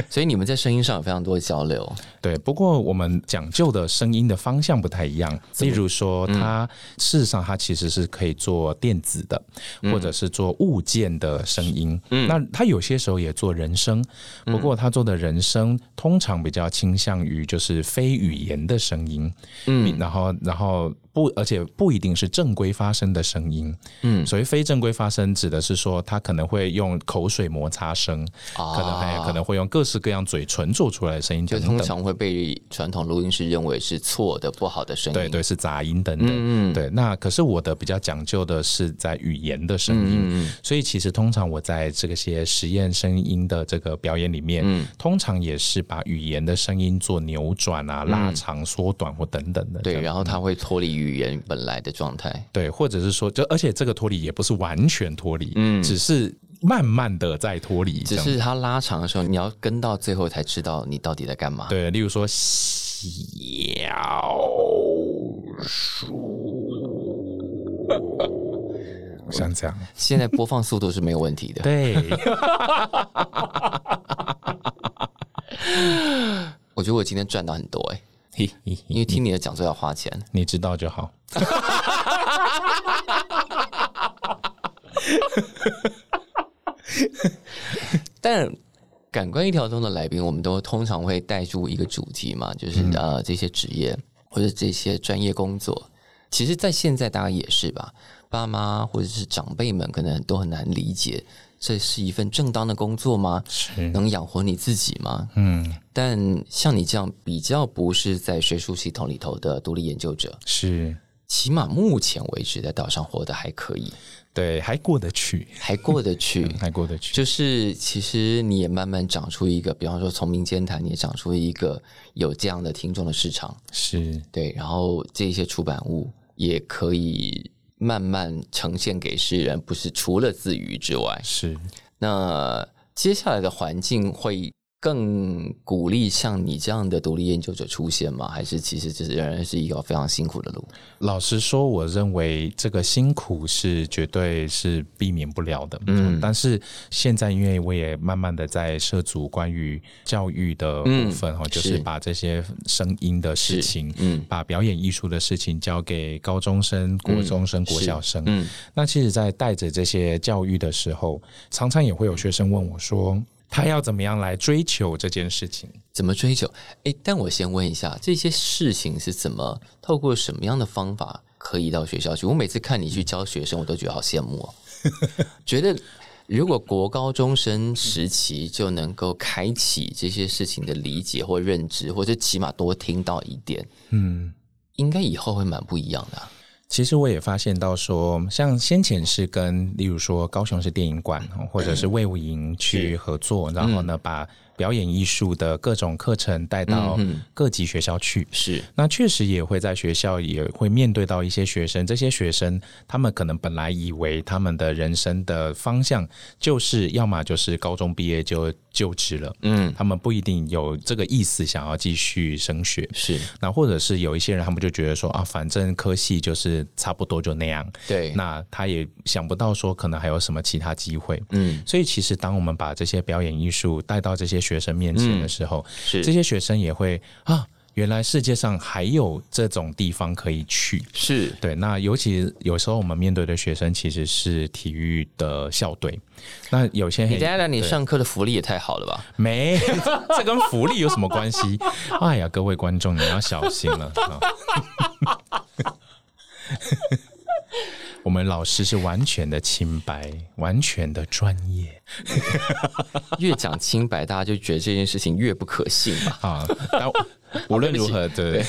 S2: 所以你们在声音上有非常多的交流。
S3: 对。不过我们讲究的声音的方向不太一样，例如说，它
S2: 嗯
S3: 事实上它其实是可以做电子的，
S2: 嗯
S3: 或者是做物件的声音。那它有些时候也做人声，
S2: 嗯
S3: 不过它做的人声通常比较倾向于就是非语言的声音。嗯，然后然后不，而且不一定是正规发声的声音。
S2: 嗯，
S3: 所谓非正规发声，指的是说他可能会用口水摩擦声，
S2: 啊
S3: 可能还可能会用各式各样嘴唇做出来的声音
S2: 就
S3: 等
S2: 通
S3: 等。
S2: 常会被传统录音师认为是错的、不好的声音。
S3: 对对，是杂音等等。
S2: 嗯
S3: 对，那可是我的比较讲究的是在语言的声音，
S2: 嗯
S3: 所以其实通常我在这个些实验声音的这个表演里面，
S2: 嗯
S3: 通常也是把语言的声音做扭转啊、拉长、缩短或等等的。
S2: 嗯对，然后它会脱离语言本来的状态。
S3: 对，或者是说，就而且这个脱离也不是完全脱离，嗯，只是慢慢的在脱离，
S2: 只
S3: 这样
S2: 是它拉长的时候，你要跟到最后才知道你到底在干嘛。
S3: 对，例如说小树，像这样，
S2: 现在播放速度是没有问题的。
S3: 对，
S2: 我觉得我今天赚到很多哎、
S3: 嘿嘿
S2: 因
S3: 嘿
S2: 为听你的讲座要花钱。
S3: 你知道就好。
S2: 但感官一条通的来宾，我们都通常会带出一个主题嘛，就是、
S3: 嗯
S2: 呃这些职业或者这些专业工作，其实，在现在大家也是吧，爸妈或者是长辈们可能都很难理解，这是一份正当的工作吗？
S3: 是，
S2: 能养活你自己吗？
S3: 嗯，
S2: 但像你这样比较不是在学术系统里头的独立研究者，
S3: 是，
S2: 起码目前为止在岛上活得还可以，
S3: 对，还过得去，。
S2: 还过得去
S3: 还过得去。
S2: 就是其实你也慢慢长出一个，比方说从民间谈，你也长出一个有这样的听众的市场，
S3: 是，
S2: 对。然后这些出版物也可以慢慢呈现给世人，不是除了自娱之外，
S3: 是，
S2: 那接下来的环境会更鼓励像你这样的独立研究者出现吗？还是其实这仍然是一个非常辛苦的路？
S3: 老实说，我认为这个辛苦是绝对是避免不了的。嗯，但是现在因为我也慢慢的在涉足关于教育的部分哈、就是是把这些声音的事情，
S2: 嗯
S3: 把表演艺术的事情交给高中生、国中生、国小生。
S2: 嗯
S3: 那其实，在带着这些教育的时候，常常也会有学生问我说，他要怎么样来追求这件事情？
S2: 怎么追求？诶，但我先问一下，这些事情是怎么透过什么样的方法可以到学校去？我每次看你去教学生，我都觉得好羡慕 哦，觉得。如果国高中生时期就能够开启这些事情的理解或认知，或者起码多听到一点，
S3: 嗯。
S2: 应该以后会蛮不一样的啊、
S3: 其实我也发现到说，像先前是跟，例如说高雄市电影馆或者是魏武营去合作，然后呢，把表演艺术的各种课程带到各级学校去。
S2: 是，
S3: 那确实也会在学校也会面对到一些学生，这些学生他们可能本来以为他们的人生的方向就是要么就是高中毕业就就职了，
S2: 嗯，
S3: 他们不一定有这个意思想要继续升学，
S2: 是
S3: 那或者是有一些人，他们就觉得说啊，反正科系就是差不多就那样，
S2: 对，
S3: 那他也想不到说可能还有什么其他机会。
S2: 嗯
S3: 所以其实当我们把这些表演艺术带到这些学生面前的时候，
S2: 是
S3: 这些学生也会啊，原来世界上还有这种地方可以去。
S2: 是
S3: 对，那尤其有时候我们面对的学生其实是体育的校队，那有些
S2: 你
S3: 很
S2: 当然，你
S3: 对
S2: 上课的福利也太好了吧？
S3: 没，这跟福利有什么关系？ 哎呀，各位观众，你要小心了。啊 我们老师是完全的清白，完全的专业
S2: 越讲清白，大家就觉得这件事情越不可信 吧？
S3: 啊。但无论如何，对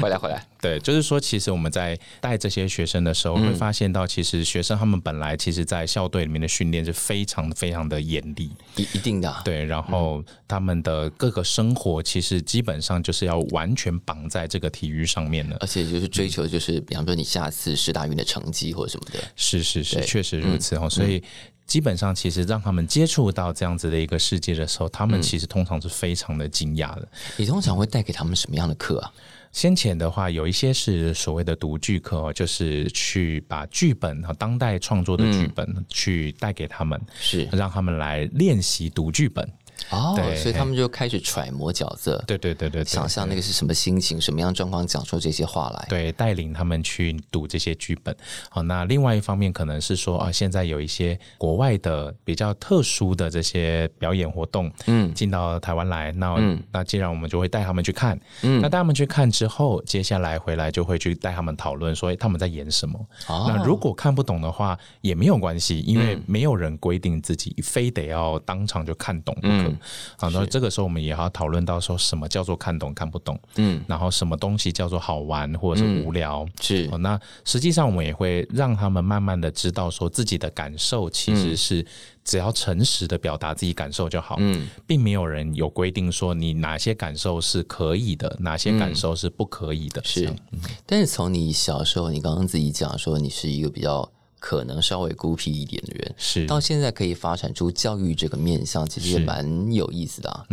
S2: 回来回来，
S3: 对，就是说，其实我们在带这些学生的时候，会发现到，其实学生他们本来其实，在校队里面的训练是非常非常的严厉。
S2: 一一定的、啊，
S3: 对，然后他们的各个生活其实基本上就是要完全绑在这个体育上面了。
S2: 而且就是追求，就是比方说你下次师大运的成绩或者什么的，
S3: 是是是，
S2: 对
S3: 确实如此哦。所以基本上，其实让他们接触到这样子的一个世界的时候，他们其实通常是非常的惊讶的。
S2: 你通常会带给他们什么样的课啊？
S3: 先前的话，有一些是所谓的读剧课哦，就是去把剧本啊，当
S2: 嗯
S3: 代创作的剧本去带给他们，
S2: 是
S3: 让他们来练习读剧本。
S2: 哦，
S3: 对
S2: 所以他们就开始揣摩角色，
S3: 对对对对，对
S2: 想象那个是什么心情、什么样的状况，讲出这些话来。
S3: 对，带领他们去读这些剧本。好，那另外一方面可能是说啊，现在有一些国外的比较特殊的这些表演活动，嗯，进到台湾来，那、那既然我们就会带他们去看，嗯，那带他们去看之后，接下来回来就会去带他们讨论说，哎，他们在演什么？
S2: 哦
S3: 那如果看不懂的话也没有关系，因为没有人规定自己非得要当场就看懂不可。好，那这个时候我们也要讨论到说什么叫做看懂看不懂，嗯，然后什么东西叫做好玩或者是无聊。
S2: 是
S3: 哦，那实际上我们也会让他们慢慢的知道，说自己的感受其实是只要诚实的表达自己感受就好，嗯，并没有人有规定说你哪些感受是可以的，哪些感受是不可以的，这
S2: 是
S3: 样，
S2: 但是从你小时候，你刚刚自己讲说你是一个比较可能稍微孤僻一点的人，
S3: 是
S2: 到现在可以发展出教育这个面向，其实也
S3: 是嗯
S2: 蛮有意思的啊。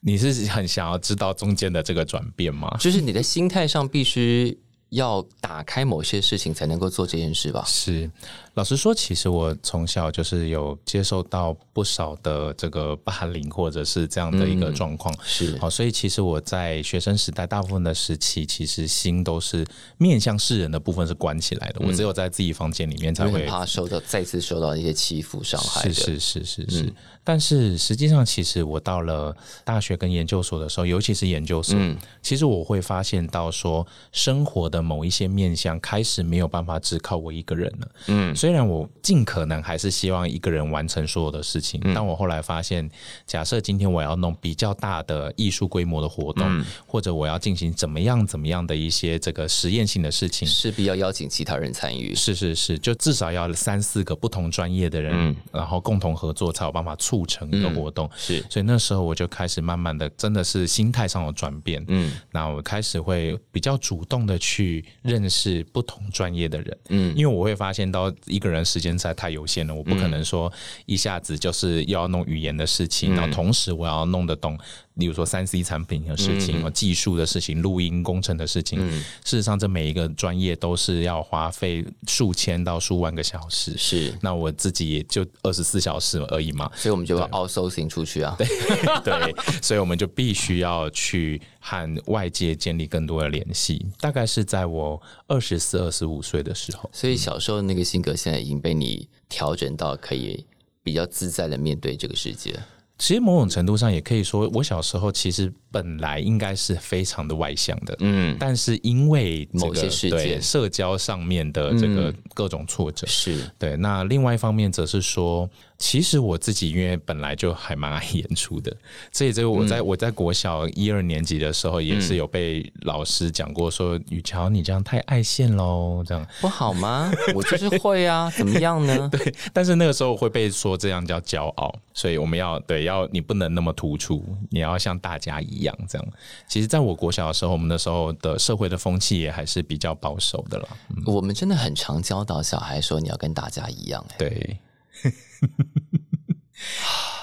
S3: 你是很想要知道中间的这个转变吗？
S2: 就是你的心态上必须要打开某些事情，才能够做这件事吧？
S3: 是，老实说，其实我从小就是有接受到不少的这个霸凌或者是这样的一个状况。
S2: 是
S3: 好，所以其实我在学生时代大部分的时期，其实心都是面向世人的部分是关起来的，我只有在自己房间里面才
S2: 我很嗯
S3: 会
S2: 怕受到再次受到一些欺负伤害
S3: 是
S2: 的。嗯
S3: 是是是是，但是实际上，其实我到了大学跟研究所的时候，尤其是研究所，
S2: 嗯
S3: 其实我会发现到说，生活的某一些面向开始没有办法只靠我一个人了。嗯，虽然我尽可能还是希望一个人完成所有的事情，
S2: 嗯
S3: 但我后来发现，假设今天我要弄比较大的艺术规模的活动，
S2: 嗯
S3: 或者我要进行怎么样怎么样的一些这个实验性的事情，
S2: 势必要邀请其他人参与。
S3: 是是是，就至少要三四个不同专业的人，然后共同合作，才有办法促成一个活动。
S2: 是
S3: 所以那时候我就开始慢慢的，真的是心态上有转变。嗯，那我开始会比较主动的去认识不同专业的人。嗯，因为我会发现到一个人时间实在太有限了，我不可能说一下子就是又要弄语言的事情，然后同时我要弄得懂，例如说三 C 产品的事情、技术的事情、录音工程的事情。事实上，这每一个专业都是要花费数千到数万个小时。
S2: 是，
S3: 那我自己也就二十四小时而已嘛，
S2: 所以我们就要 outsourcing 出去啊。
S3: 对，所以我们就必须要去和外界建立更多的联系。大概是在我二十四、二十五岁的时候，
S2: 所以小时候那个性格现在已经被你调整到可以比较自在的面对这个世界。
S3: 其实某种程度上也可以说，我小时候其实本来应该是非常的外向的，
S2: 嗯，
S3: 但是因为、这个、
S2: 某些事
S3: 对
S2: 件嗯
S3: 社交上面的这个各种挫折，
S2: 是
S3: 对，那另外一方面则是说，其实我自己因为本来就还蛮爱演出的，所以这个我在、我在国小一二年级的时候也是有被老师讲过说，雨乔你这样太爱现喽，这样。
S2: 不好吗？我就是会啊，怎么样呢？
S3: 对，但是那个时候会被说这样叫骄傲，所以我们要对要你不能那么突出，你要像大家一样这样。其实，在我国小的时候，我们那时候的社会的风气也还是比较保守的啦。
S2: 我们真的很常教导小孩说你要跟大家一样、欸，
S3: 对。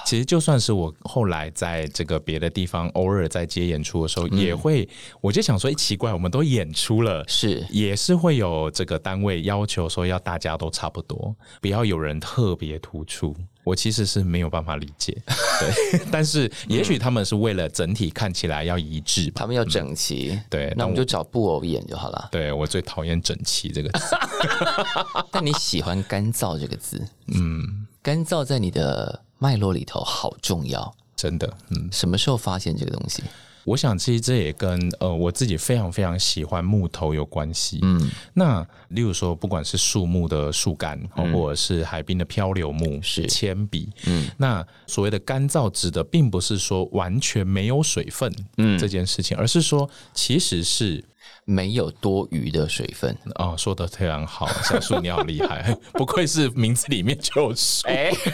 S3: 其实就算是我后来在这个别的地方偶尔在接演出的时候，
S2: 嗯
S3: 也会我就想说，哎，奇怪，我们都演出了。
S2: 是
S3: 也是会有这个单位要求说要大家都差不多，不要有人特别突出。我其实是没有办法理解，对， 但是也许他们是为了整体看起来要一致吧。
S2: 他们要整齐。
S3: 对，
S2: 那
S3: 那
S2: 我
S3: 我。
S2: 们就找布偶演就好了
S3: 对我最讨厌整齐这个词，
S2: 但你喜欢“干燥”这个字，嗯，干燥在你的脉络里头好重要。
S3: 真的，嗯。
S2: 什么时候发现这个东西？
S3: 我想其实这也跟呃我自己非常非常喜欢木头有关系。嗯，那例如说，不管是树木的树干，哦或者是海滨的漂流木，
S2: 是
S3: 铅笔。嗯，那所谓的干燥，指的并不是说完全没有水分，嗯，这件事情，而是说其实是
S2: 没有多余的水分。
S3: 啊、说的非常好，小树你好厉害， 不愧是名字里面就有树。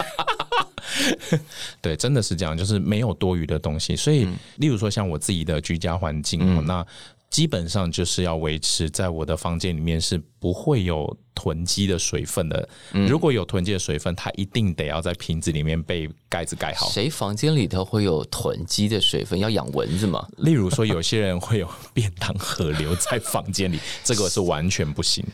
S3: 对，真的是这样，就是没有多余的东西。所以，例如说像我自哦己的居家环境，那基本上就是要维持在我的房间里面是不不会有囤积的水分的。如果有囤积的水分，它一定得要在瓶子里面被盖子盖好。
S2: 谁房间里头会有囤积的水分？要养蚊子吗？
S3: 例如说，有些人会有便当盒留在房间里， 这个是完全不行。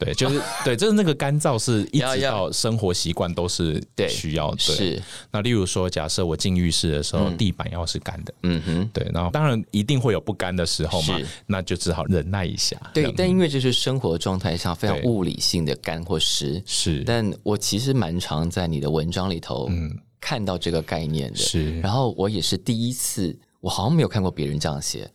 S3: 对，就是对，就是那个干燥是一
S2: 要
S3: 直
S2: 要
S3: 到生活习惯都是
S2: 对
S3: 需要。哦对，
S2: 是，
S3: 那例如说，假设我进浴室的时候，地板要是干的，
S2: 嗯哼。
S3: 对，然后当然一定会有不干的时候嘛
S2: 是，
S3: 那就只好忍耐一下。
S2: 对，
S3: 忍
S2: 但因为这是生活状态下非常
S3: 对
S2: 物理性的干或湿，
S3: 是
S2: 但我其实蛮常在你的文章里头看到这个概念的，
S3: 嗯是
S2: 然后我也是第一次，我好像没有看过别人这样写，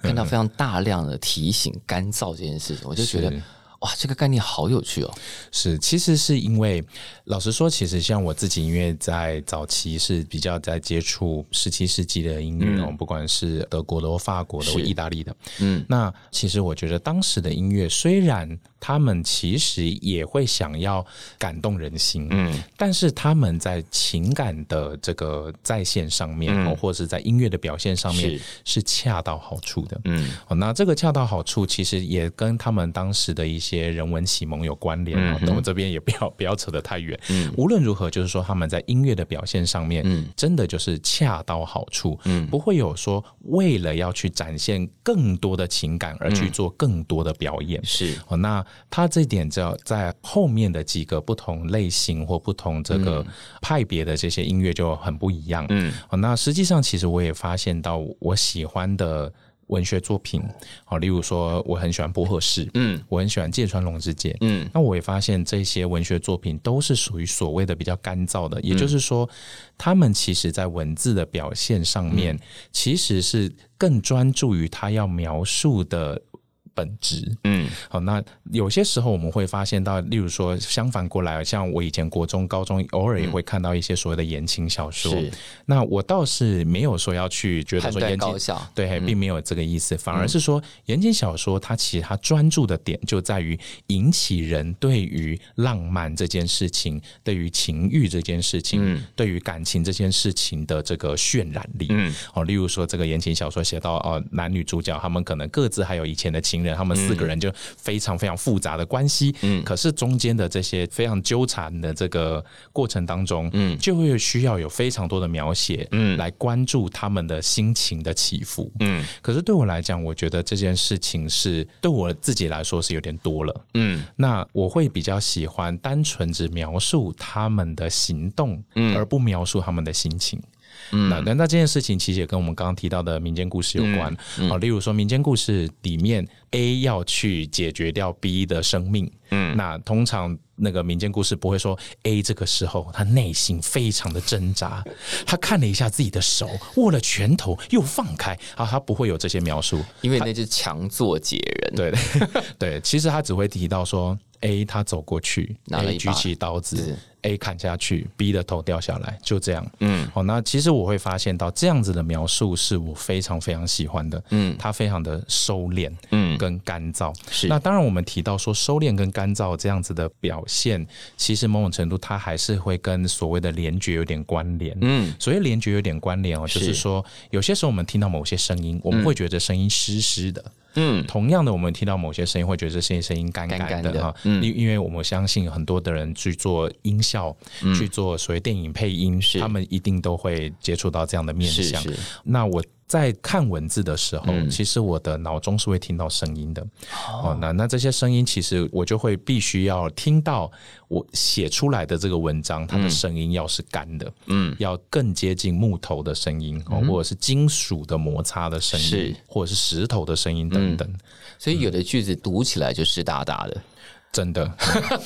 S2: 看到非常大量的提醒干燥这件事情，我就觉得
S3: 是
S2: 哇，这个概念好有趣哦。
S3: 是，其实是因为老实说，其实像我自己，因为在早期是比较在接触十七世纪的音乐哦，不管是德国的、或法国的、
S2: 嗯
S3: 或
S2: 是
S3: 意大利的，
S2: 嗯，
S3: 那其实我觉得当时的音乐虽然他们其实也会想要感动人心，嗯，但是他们在情感的这个在线上面，哦，或是在音乐的表现上面
S2: 嗯是
S3: 是恰到好处的，
S2: 嗯，
S3: 哦，那这个恰到好处，其实也跟他们当时的一些人文启蒙有关联哦。我、这边也不要不要扯得太远。无论如何，就是说他们在音乐的表现上面，真的就是恰到好处，不会有说为了要去展现更多的情感而去做更多的表演。
S2: 是
S3: 哦，那他这点只要在后面的几个不同类型或不同这个派别的这些音乐就很不一样。嗯，哦，那实际上其实我也发现到我喜欢的。文学作品，好，例如说，我很喜欢博赫士，嗯，我很喜欢芥川龙之介，嗯，那我也发现这些文学作品都是属于所谓的比较干燥
S2: 嗯
S3: 的，也就是说，他们其实在文字的表现上
S2: 嗯
S3: 面，其实是更专注于他要描述的本质，
S2: 嗯
S3: 好，那有些时候我们会发现到，例如说，相反过来，像我以前国中、高中偶尔也会看到一些所谓的言情小说。
S2: 嗯是
S3: 那我倒是没有说要去觉得
S2: 判
S3: 说
S2: 断
S3: 言情
S2: 高效，
S3: 对，并没有这个意思，反而是说言情小说它其实它专注的点就在于引起人对于浪漫这件事情、对于情欲这件事情、对于感情这件事情的这个渲染力。哦，例如说这个言情小说写到哦，男女主角他们可能各自还有以前的情人，他们四个人就非常非常复杂的关系。嗯，可是中间的这些非常纠缠的这个过程当中，嗯，就会需要有非常多的描写，嗯，来关注他们的心情的起伏。嗯，可是对我来讲，我觉得这件事情是对我自己来说是有点多了。
S2: 嗯
S3: 那我会比较喜欢单纯只描述他们的行动，而不描述他们的心情。那那那这件事情其实也跟我们刚刚提到的民间故事有关啊、好例如说民间故事里面 A 要去解决掉 B 的生命，嗯，那通常那个民间故事不会说 A 这个时候他内心非常的挣扎，他看了一下自己的手，握了拳头又放开，啊，他不会有这些描述，
S2: 因为那是强作解人，
S3: 对 对，其实他只会提到说，A 他走过去
S2: 拿了
S3: ，A
S2: 一
S3: 举
S2: 把
S3: 起刀
S2: 是
S3: 子，A 砍下去，B 的头掉下来，就这样。嗯，好、那其实我会发现到这样子的描述是我非常非常喜欢的。嗯，它非常的收敛，嗯，跟干燥。
S2: 是
S3: 那当然，我们提到说收敛跟干燥这样子的表现，其实某种程度它还是会跟所谓的联觉有点关联。嗯，所谓联觉有点关联哦，就是是说有些时候我们听到某些声音，我们会觉得声音湿湿的。
S2: 嗯，
S3: 同样的，我们听到某些声音，会觉得这些声音干
S2: 干
S3: 干
S2: 干的嗯
S3: 的哈，因、因为我们相信很多的人去做音效，去做所谓电影配音，
S2: 嗯是
S3: 他们一定都会接触到这样的面
S2: 是
S3: 相。
S2: 是
S3: 那我在看文字的时候，其实我的脑中是会听到声音的。哦，那那这些声音，其实我就会必须要听到我写出来的这个文章，它的声音要是干的，嗯，要更接近木头的声音，哦，或者是金属的摩擦的声音
S2: 是，
S3: 或者是石头的声音等等。
S2: 所以有
S3: 嗯
S2: 的句子读起来就湿哒哒的，
S3: 真的，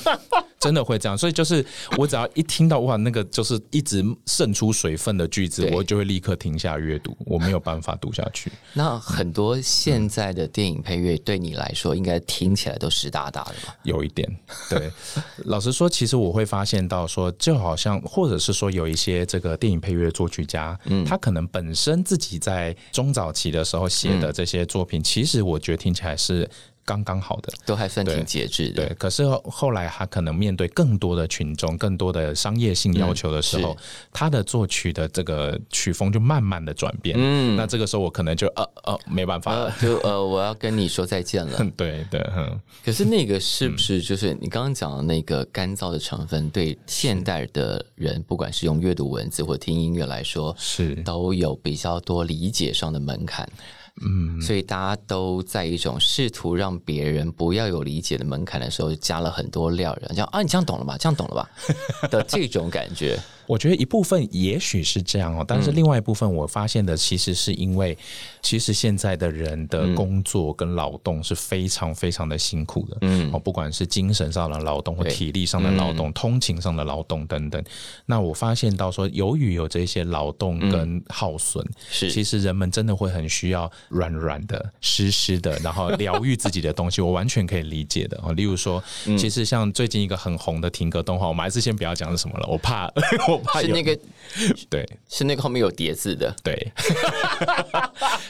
S3: 真的会这样，所以就是我只要一听到哇，那个就是一直渗出水分的句子
S2: 对，
S3: 我就会立刻停下阅读，我没有办法读下去。
S2: 那很多现
S3: 嗯
S2: 在的电影配乐对你来说，应该听起来都湿哒哒的吧？
S3: 有一点，对。 老实说，其实我会发现到说，就好像或者是说有一些这个电影配乐作曲家，
S2: 嗯
S3: 他可能本身自己在中早期的时候写的这些作品，其实我觉得听起来是。刚刚好的。
S2: 都还算
S3: 对
S2: 挺节制的。
S3: 对，可是后后来他可能面对更多的群众、更多的商业性要求的时候，
S2: 嗯是
S3: 他的作曲的这个曲风就慢慢的转变。
S2: 嗯
S3: 那这个时候我可能就呃呃没办法
S2: 呃
S3: 了。，
S2: 就呃，我要跟你说再见了。
S3: 嗯， 对对，嗯，
S2: 可是那个是不是就是你刚刚讲的那个干燥的成分，对现代的人，不管是用阅读文字或听音乐来说，
S3: 是
S2: 都有比较多理解上的门槛。嗯，所以大家都在一种试图让别人不要有理解的门槛的时候，加了很多料，然后讲啊，你这样懂了吧？这样懂了吧？ 的这种感觉，
S3: 我觉得一部分也许是这样哦，但
S2: 嗯
S3: 是另外一部分我发现的其实是因为，其实现在的人
S2: 嗯
S3: 的工作跟劳动是非常非常的辛苦的，嗯，哦，不管是精神上的劳动或
S2: 对嗯
S3: 体力上的劳动、通勤上的劳动等等。那我发现到说，由于有这些劳动跟耗损，
S2: 嗯是
S3: 其实人们真的会很需要软软的、湿湿的，然后疗愈自己的东西，我完全可以理解的 哦。例如说，其实像最近一个很红的停格动画，我们还是先不要讲是什么了，我怕 我怕
S2: 是
S3: 有
S2: 那个
S3: 对
S2: 是那个后面有叠字的，
S3: 对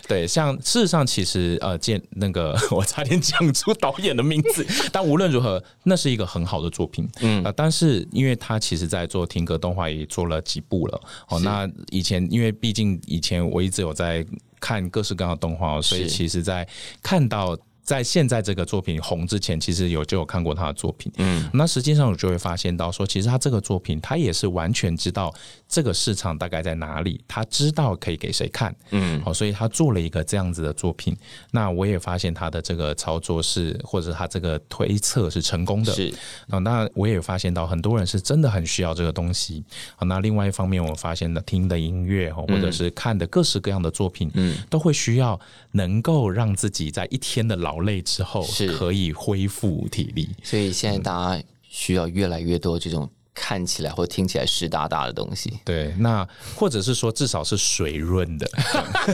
S3: 对，像事实上其实呃，见那个 我差点讲出导演的名字，但无论如何，那是一个很好的作品，嗯、呃，但是因为他其实在做停格动画也做了几部了，哦，那以前因为毕竟以前我一直有在看各式各样的动画、哦，所以
S2: 是
S3: 其实在看到。在现在这个作品红之前，其实有就有看过他的作品，嗯，那实际上我就会发现到说，其实他这个作品，他也是完全知道这个市场大概在哪里，他知道可以给谁看，嗯，好、所以他做了一个这样子的作品。那我也发现他的这个操作是，或者他这个推测是成功的，
S2: 是
S3: 啊、那我也发现到很多人是真的很需要这个东西。啊、那另外一方面，我发现了听的音乐哦或者是看的各式各样的作品，嗯，都会需要能够让自己在一天的劳累之后
S2: 是
S3: 可以恢复体力。
S2: 所以现在大家需要越来越多这种看起来或听起来湿哒哒的东西。
S3: 对，那或者是说至少是水润的，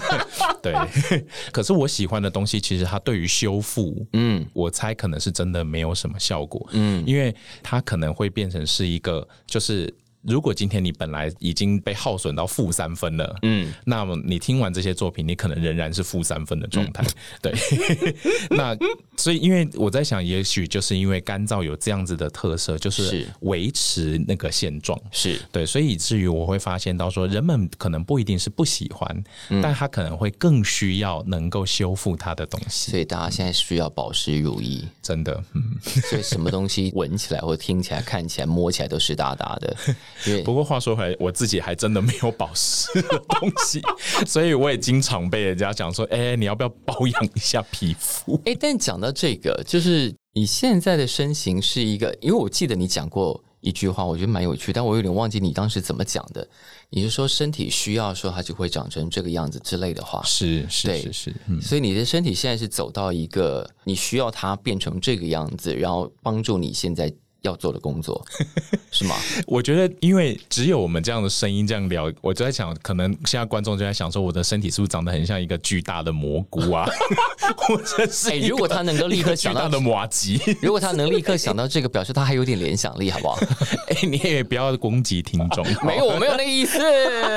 S3: 对。 可是我喜欢的东西，其实它对于修复，嗯，我猜可能是真的没有什么效果，嗯，因为它可能会变成是一个就是。如果今天你本来已经被耗损到负三分了，嗯，那么你听完这些作品，你可能仍然是负三分的状态，对。 那所以，因为我在想，也许就是因为干燥有这样子的特色，就是
S2: 是
S3: 维持那个现状，
S2: 是
S3: 对，所以以至于我会发现到说，人们可能不一定是不喜欢，但他可能会更需要能够修复他的东西。
S2: 所以大家现在需要保湿如 一，
S3: 真的，嗯。
S2: 所以什么东西闻起来或听起来、看起来、摸起来都湿哒哒 的，因为
S3: 不过话说回来，我自己还真的没有保湿的东西， 所以我也经常被人家讲说：“哎、你要不要保养一下皮肤
S2: 哎、但讲到这个，就是你现在的身形是一个，因为我记得你讲过一句话，我觉得蛮有趣，但我有点忘记你当时怎么讲的。你是说身体需要，说它就会长成这个样子之类的话？”？
S3: 是是
S2: 对
S3: 是是，嗯，
S2: 所以你的身体现在是走到一个你需要它变成这个样子，然后帮助你现在要做的工作，是 吗？
S3: 我觉得，因为只有我们这样的声音这样聊，我就在想，可能现在观众就在想说，我的身体是不是长得很像一个巨大的蘑菇 啊，或者是
S2: 哎
S3: 一个
S2: 如果他能够立刻
S3: 一个
S2: 想
S3: 巨
S2: 到
S3: 大的马吉，
S2: 如果他能立刻想到这个，表示他还有点联想力，好不 好？
S3: 哎、你也不要攻击听众，
S2: 没有，我没有那个 意思。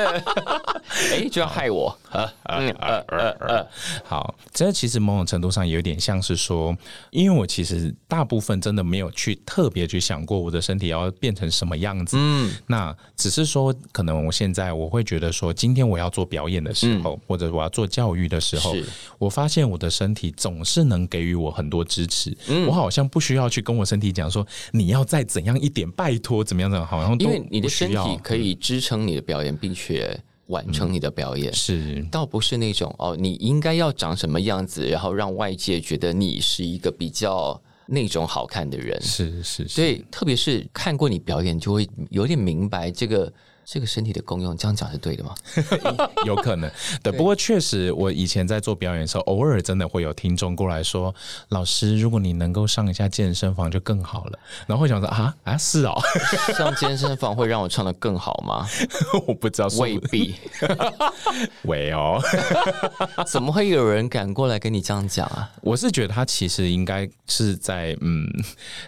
S2: 哎，就要害我。嗯呃呃呃，
S3: 好，这其实某种程度上有点像是说，因为我其实大部分真的没有去特别去想过我的身体要变成什么样子。嗯，那只是说，可能我现在我会觉得说，今天我要做表演的时候，或者我要做教育的时候
S2: 嗯是，
S3: 我发现我的身体总是能给予我很多支持。
S2: 嗯
S3: 我好像不需要去跟我身体讲说，你要再怎样一点，拜托怎么样怎么样，好像都
S2: 因为你的
S3: 不需
S2: 身
S3: 要
S2: 体可以支撑你的表演，并且完成你的表演，
S3: 是
S2: 倒不是那种哦，你应该要长什么样子，然后让外界觉得你是一个比较那种好看的人。
S3: 是是是
S2: 所以，特别是看过你表演，就会有点明白这个这个身体的功用。这样讲是对的 吗？
S3: 有可能。对，不过确实，我以前在做表演的时候，偶尔真的会有听众过来说：“老师，如果你能够上一下健身房就更好了。”然后会想说：“啊啊，是哦，
S2: 上健身房会让我唱的更好 吗？
S3: 我不知道说
S2: 未必。
S3: 喂哦。
S2: 怎么会有人敢过来跟你这样讲啊？”
S3: 我是觉得他其实应该是在嗯，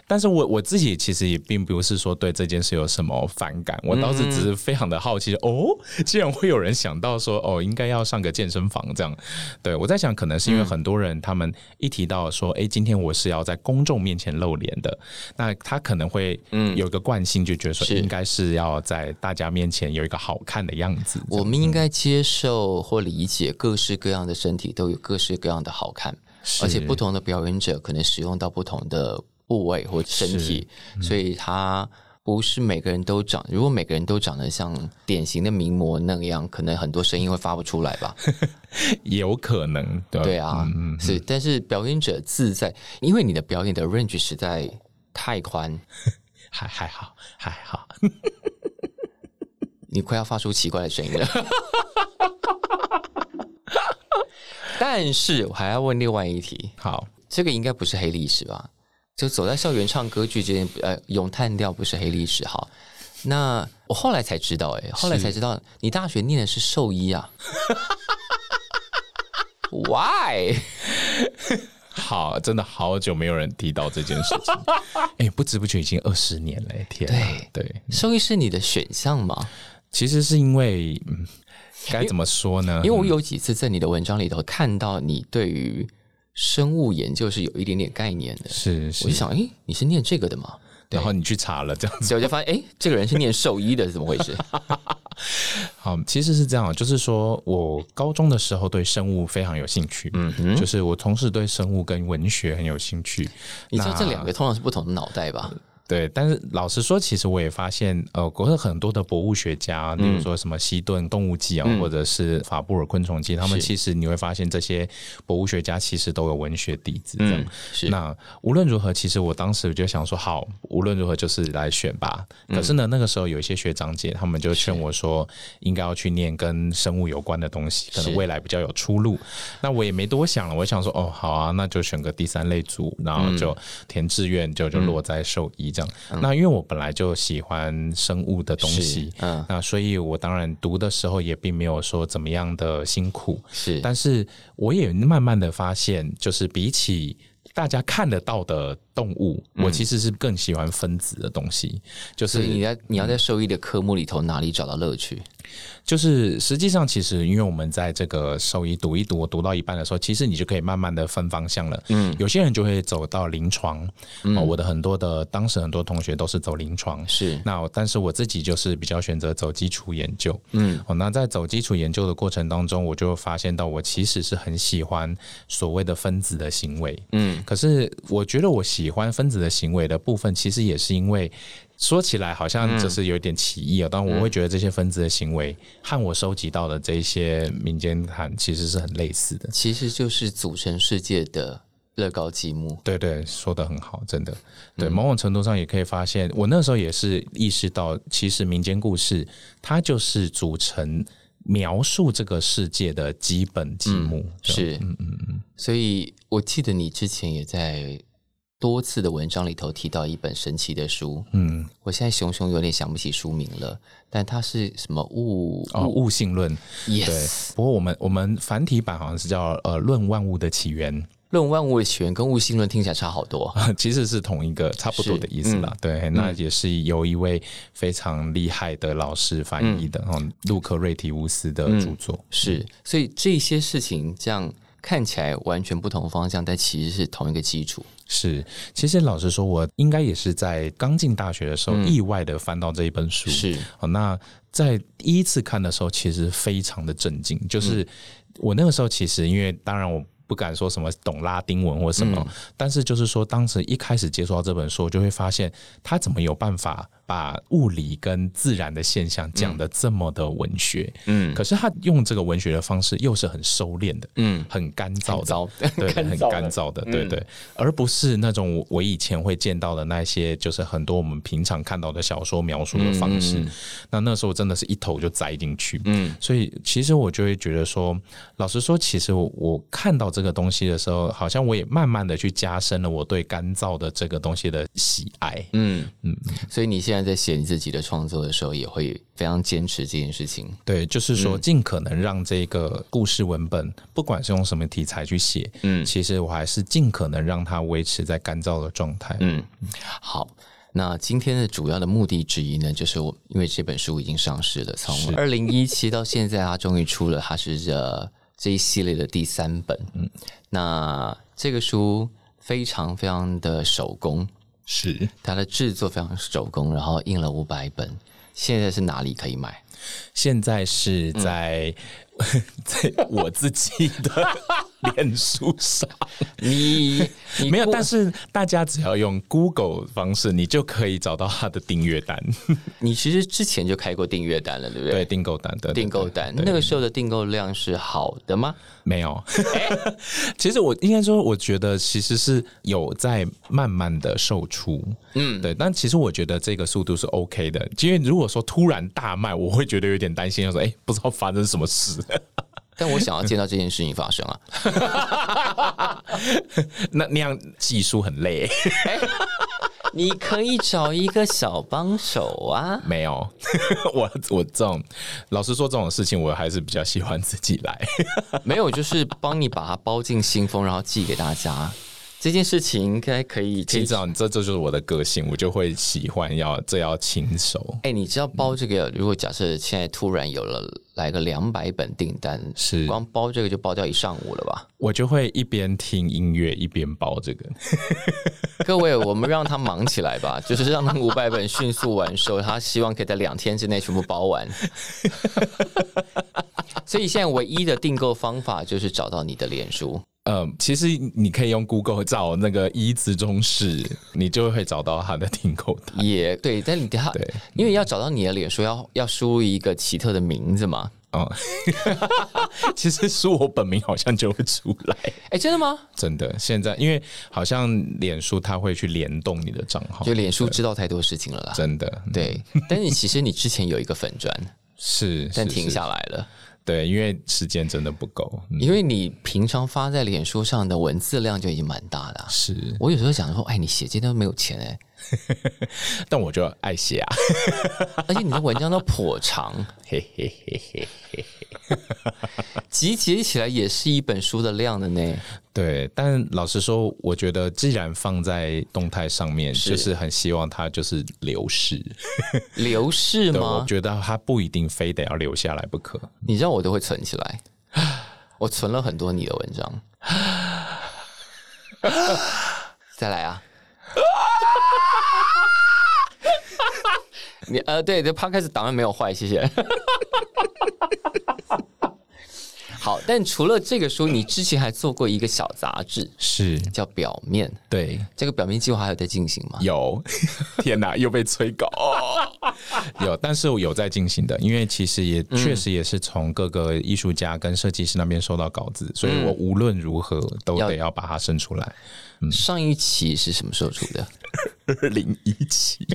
S3: 但是我我自己其实也并不是说对这件事有什么反感，我当时只是非非常的好奇，哦，竟然会有人想到说，哦，应该要上个健身房这样。对我在想，可能是因为很多人他们一提到说，哎、今天我是要在公众面前露脸的，那他可能会有一个惯性，就觉得说
S2: 是
S3: 应该是要在大家面前有一个好看的样子。
S2: 我们应该接受或理解各式各样的身体都有各式各样的好看，
S3: 是
S2: 而且不同的表演者可能使用到不同的部位或身体，所以它不是每个人都长。如果每个人都长得像典型的名模那个样，可能很多声音会发不出来吧？
S3: 也有可能，对
S2: 对啊，是。但是表演者自在，因为你的表演的 range 实在太宽，
S3: 还还好，还好。
S2: 你快要发出奇怪的声音了。但是我还要问另外一题，
S3: 好，
S2: 这个应该不是黑历史吧？就走在校园唱歌剧这件，呃，咏叹调不是黑历史哈。那我后来才知道、哎，后来才知道你大学念的是兽医啊？Why？
S3: 好，真的好久没有人提到这件事 情。哎、不知不觉已经二十年了、哎天啊！对，
S2: 兽医是你的选项吗？
S3: 其实是因为，嗯，该怎么说呢？
S2: 因为我有几次在你的文章里头看到你对于生物研究是有一点点概念的，
S3: 是，
S2: 我就是想，哎、你是念这个的吗？
S3: 然后你去查了这样子。
S2: 所以我就 发现，哎、这个人是念兽医的，是怎么回事？
S3: 好，其实是这样，就是说我高中的时候对生物非常有兴趣，嗯，就是我同时对生物跟文学很有兴趣。
S2: 你知道这两个通常是不同的脑袋吧？
S3: 对，但是老实说，其实我也发现，呃，国内很多的博物学家，例如说什么西顿动物记啊，或者是法布尔昆虫记，他们其实你会发现，这些博物学家其实都有文学底子。这样，
S2: 嗯，是。
S3: 那无论如何，其实我当时就想说，好，无论如何就是来选吧。
S2: 嗯
S3: 可是呢，那个时候有一些学长姐，他们就劝我说，应该要去念跟生物有关的东西，可能
S2: 是
S3: 未来比较有出路。那我也没多想了，我想说，哦，好啊，那就选个第三类组，然
S2: 嗯
S3: 后就填志愿，就就落在兽医这样。那因为我本来就喜欢生物 的东西，
S2: 嗯，
S3: 那所以我当然读的时候也并没有说怎么样的辛苦，
S2: 是，
S3: 但是我也慢慢的发现，就是比起大家看得到的动物，我其实是更喜欢分子的东西，就
S2: 所以你
S3: 嗯是
S2: 在你要在兽医的科目里头哪里找到乐趣？
S3: 嗯就是实际上，其实因为我们在这个兽医读一读，读到一半的时候，其实你就可以慢慢的分方向了。嗯，有些人就会走到临床，哦，我的很多的当时很多同学都是走临床，
S2: 是
S3: 那我但是我自己就是比较选择走基础研究，嗯，哦，那在走基础研究的过程当中，我就发现到我其实是很喜欢所谓的分子的行为，嗯，可是我觉得我喜欢分子的行为的部分，其实也是因为。说起来好像就是有点歧义哦，但我会觉得这些分子的行为和我收集到的这一些民间谈其实是很类似的。
S2: 其实就是组成世界的乐高积木。
S3: 对对，说的很好，真的。
S2: 嗯
S3: 对，某种程度上也可以发现，我那时候也是意识到，其实民间故事它就是组成描述这个世界的基本积木。对
S2: 是，嗯嗯嗯。所以我记得你之前也在多次的文章里头提到一本神奇的书，
S3: 嗯，
S2: 我现在熊熊有点想不起书名了，但它是什么物？
S3: 哦，物性论。对
S2: yes，，
S3: 不过我们我们繁体版好像是叫呃《论万物的起源》
S2: 论万物的起源跟物性论听起来差好多。
S3: 其实是同一个差不多的意思啦。
S2: 嗯
S3: 对，那也是由一位非常厉害的老师翻译的，嗯，路克瑞提乌斯
S2: 嗯
S3: 的著作。
S2: 是，所以这些事情这样看起来完全不同方向，但其实是同一个基础。
S3: 是，其实老实说，我应该也是在刚进大学的时候，意外的翻到这一本书。
S2: 是，
S3: 哦，那在第一次看的时候，其实非常的震惊，就是我那个时候其实因为当然我。不敢说什么懂拉丁文或什么，但是就是说，当时一开始接触到这本书，我就会发现他怎么有办法把物理跟自然的现象讲得这么的文学，嗯，可是他用这个文学的方式又是很收敛的，嗯，很干燥的，
S2: 糟，
S3: 对， 很干燥的，嗯对对，而不是那种我我以前会见到的那些，就是很多我们平常看到的小说描述的方式。那那时候真的是一头就栽进去，嗯，所以其实我就会觉得说，老实说，其实我我看到这个东西的时候，好像我也慢慢的去加深了我对干燥的这个东西的喜爱，
S2: 嗯嗯，所以你现在在写你自己的创作的时候，也会非常坚持这件事情。
S3: 对，就是说尽可能让这个故事文本，不管是用什么题材去写，嗯，其实我还是尽可能让它维持在干燥的状态，
S2: 嗯，好，那今天的主要的目的之一呢，就是我因为这本书已经上市了，从二零一七 到现在，它终于出了，它是这这一系列的第三本。嗯，那这个书非常非常的手工，
S3: 是
S2: 它的制作非常手工，然后印了五百本。现在是哪里可以 买？
S3: 现在是
S2: 嗯
S3: 在、 在我自己的脸书上，
S2: 你 你
S3: 没有，
S2: 过
S3: 但是大家只要用 Google 方式，你就可以找到它的订阅单，
S2: 你其实之前就开过订阅单了，对不对？
S3: 对，订购单的
S2: 订购单那个时候的订购量是好的吗？
S3: 没有。 其实我应该说，我觉得其实是有在慢慢的售出，嗯，对。但其实我觉得这个速度是 OK 的，因为如果说突然大卖，我会觉得有点担心，就说哎、不知道发生什么事。
S2: 但我想要见到这件事情发生啊！
S3: 那那样技术很累，
S2: 你可以找一个小帮手啊！
S3: 没有。 我我这种老实说这种事情，我还是比较喜欢自己 来。
S2: 没有，就是帮你把它包进信封，然后寄给大家。这件事情应该可以
S3: 你
S2: 提
S3: 知道，这这就是我的个性，我就会喜欢要这要亲手。
S2: 哎、你知道包这个，如果假设现在突然有了来个两百本订单，
S3: 是
S2: 光包这个就包掉一上午了吧？
S3: 我就会一边听音乐一边包这个。
S2: 各位，我们让他忙起来吧， 就是让那五百本迅速完售，他希望可以在两天之内全部包完。 所以现在唯一的订购方法就是找到你的脸书，
S3: 呃，其实你可以用 Google 找那个一字中式，你就会找到它的订购 单。
S2: 也对，但你他
S3: 对
S2: 因为要找到你的脸书，要要输入一个奇特的名字嘛？
S3: 哦，其实书我本名好像就会出来，
S2: 哎，真的吗？
S3: 真的。现在因为好像脸书它会去联动你的账号，
S2: 就脸书知道太多事情了啦。
S3: 哦真的
S2: 对，但是其实你之前有一个粉砖，
S3: 是，
S2: 但
S3: 是
S2: 停
S3: 是
S2: 下来了。
S3: 对，因为时间真的不够。嗯
S2: 因为你平常发在脸书上的文字量就已经蛮大的啊、
S3: 是，
S2: 我有时候想说，哎，你写这都没有钱哎、
S3: 但我就爱写啊，
S2: 而且你的文章都颇长，
S3: 嘿嘿嘿嘿。
S2: 集结起来也是一本书的量的呢。
S3: 对，但老实说，我觉得既然放在动态上面，就是很希望它就是流逝。
S2: 流逝
S3: 对，我
S2: 吗？
S3: 觉得它不一定非得要留下来不可。
S2: 你知道我都会存起来，我存了很多你的文章。再来啊！你呃，对，这 podcast 档案没有坏，谢谢。好，但除了这个书，你之前还做过一个小杂志，
S3: 是，
S2: 叫《表面》。
S3: 对，
S2: 这个表面计划还有在进行吗？
S3: 有， 天哪，又被催稿。有，但是我有在进行的，因为其实也
S2: 嗯
S3: 确实也是从各个艺术家跟设计师那边收到稿子，所以我无论如何都
S2: 嗯要
S3: 得要把它生出来。
S2: 上一期是什么时候出 的？
S3: 二零一七。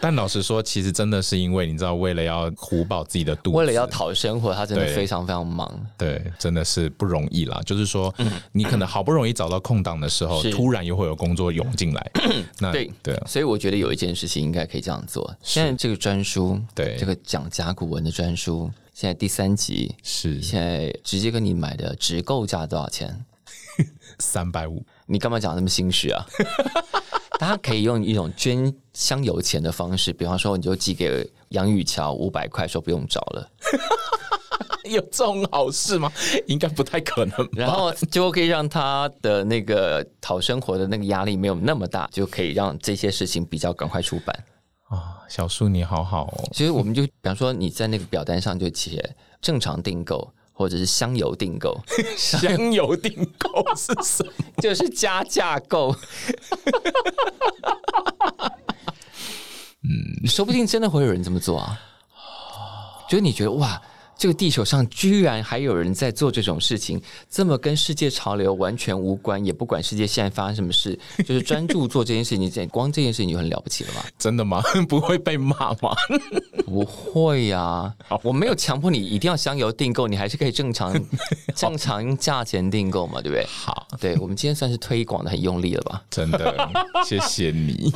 S3: 但老实说，其实真的是因为你知道，为了要糊饱自己的肚子，
S2: 为了要讨生活，他真的
S3: 对
S2: 非常非常忙。
S3: 对，真的是不容易啦。就是说，你可能好不容易找到空档的时候，
S2: 是
S3: 突然又会有工作涌进 来。那
S2: 对
S3: 对啊
S2: 所以我觉得有一件事情应该可以这样做。现在这个专书，
S3: 对
S2: 这个讲甲骨文的专书，现在第三集，
S3: 是
S2: 现在直接跟你买的直购价多少钱？
S3: 三百五，
S2: 你干嘛讲得那么心虚 啊？大家可以用一种捐香油钱的方式，比方说你就寄给杨雨乔五百块，说不用找了，
S3: 有这种好事吗？应该不太可能 吧。
S2: 然后就可以让他的那个讨生活的那个压力没有那么大，就可以让这些事情比较赶快出版。
S3: 啊，小树你好好哦，
S2: 其实我们就，比方说你在那个表单上就写正常订购或者是香油订购，
S3: 香油订购是什么？
S2: 就是加价购。嗯，说不定真的会有人这么做啊！就是你觉得哇，这个地球上居然还有人在做这种事情，这么跟世界潮流完全无关，也不管世界现在发生什么事，就是专注做这件事情， 这光这件事情就很了不起了吧？
S3: 真的吗？ 不会被骂吗？
S2: 不会呀、我没有强迫你一定要香油订购，你还是可以正 常正常用价钱订购嘛，对不对？
S3: 好，
S2: 对，我们今天算是推广的很用力了吧？
S3: 真的，谢谢 你。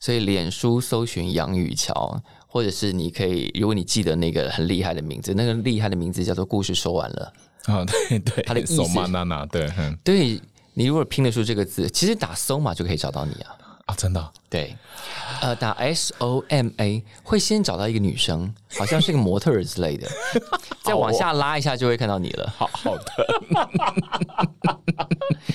S2: 所以脸书搜寻杨雨乔，或者是你可以，如果你记得那个很厉害的名字，那个厉害的名字叫做“故事说完了
S3: 啊，对对，
S2: 他的意思是
S3: 手麻娜娜，对，嗯”
S2: 对。你如果拼得出这个字，其实打“搜”嘛就可以找到你啊。
S3: 啊，真的哦、
S2: 对，呃，打 S O M A 会先找到一个女生，好像是个模特儿之 类的，再往下拉一下就会看到你了。
S3: 好好的，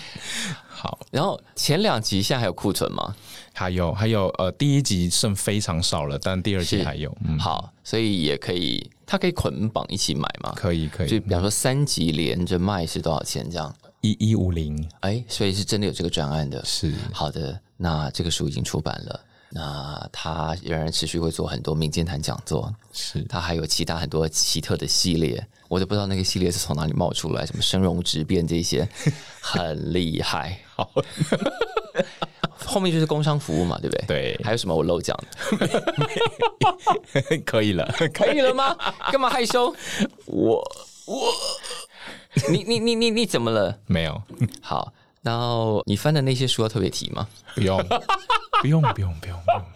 S2: 然后前两集现在还有库存吗？
S3: 还有还有呃，第一集剩非常少了，但第二集
S2: 是
S3: 还有，嗯，
S2: 好，所以也可以，它可以捆绑一起买嘛。
S3: 可以可
S2: 就
S3: 以，
S2: 比方说三集连着卖是多少钱这样？
S3: 一一五零
S2: 哎，所以是真的有这个专案的。
S3: 是
S2: 好的，那这个书已经出版了，那它仍然持续会做很多民间谈讲座，
S3: 是
S2: 它还有其他很多奇特的系列，我都不知道那个系列是从哪里冒出来，什么生容质变这 些，很厉害。
S3: 好，
S2: 后面就是工商服务嘛，对不对？
S3: 对
S2: 还有什么我漏讲的？
S3: 可以了，
S2: 可以了吗？干嘛害羞？
S3: 我
S2: 你你你你你怎么了？
S3: 没有，
S2: 好，然后你翻的那些书要特别提 吗？
S3: 不用不用不用不用，不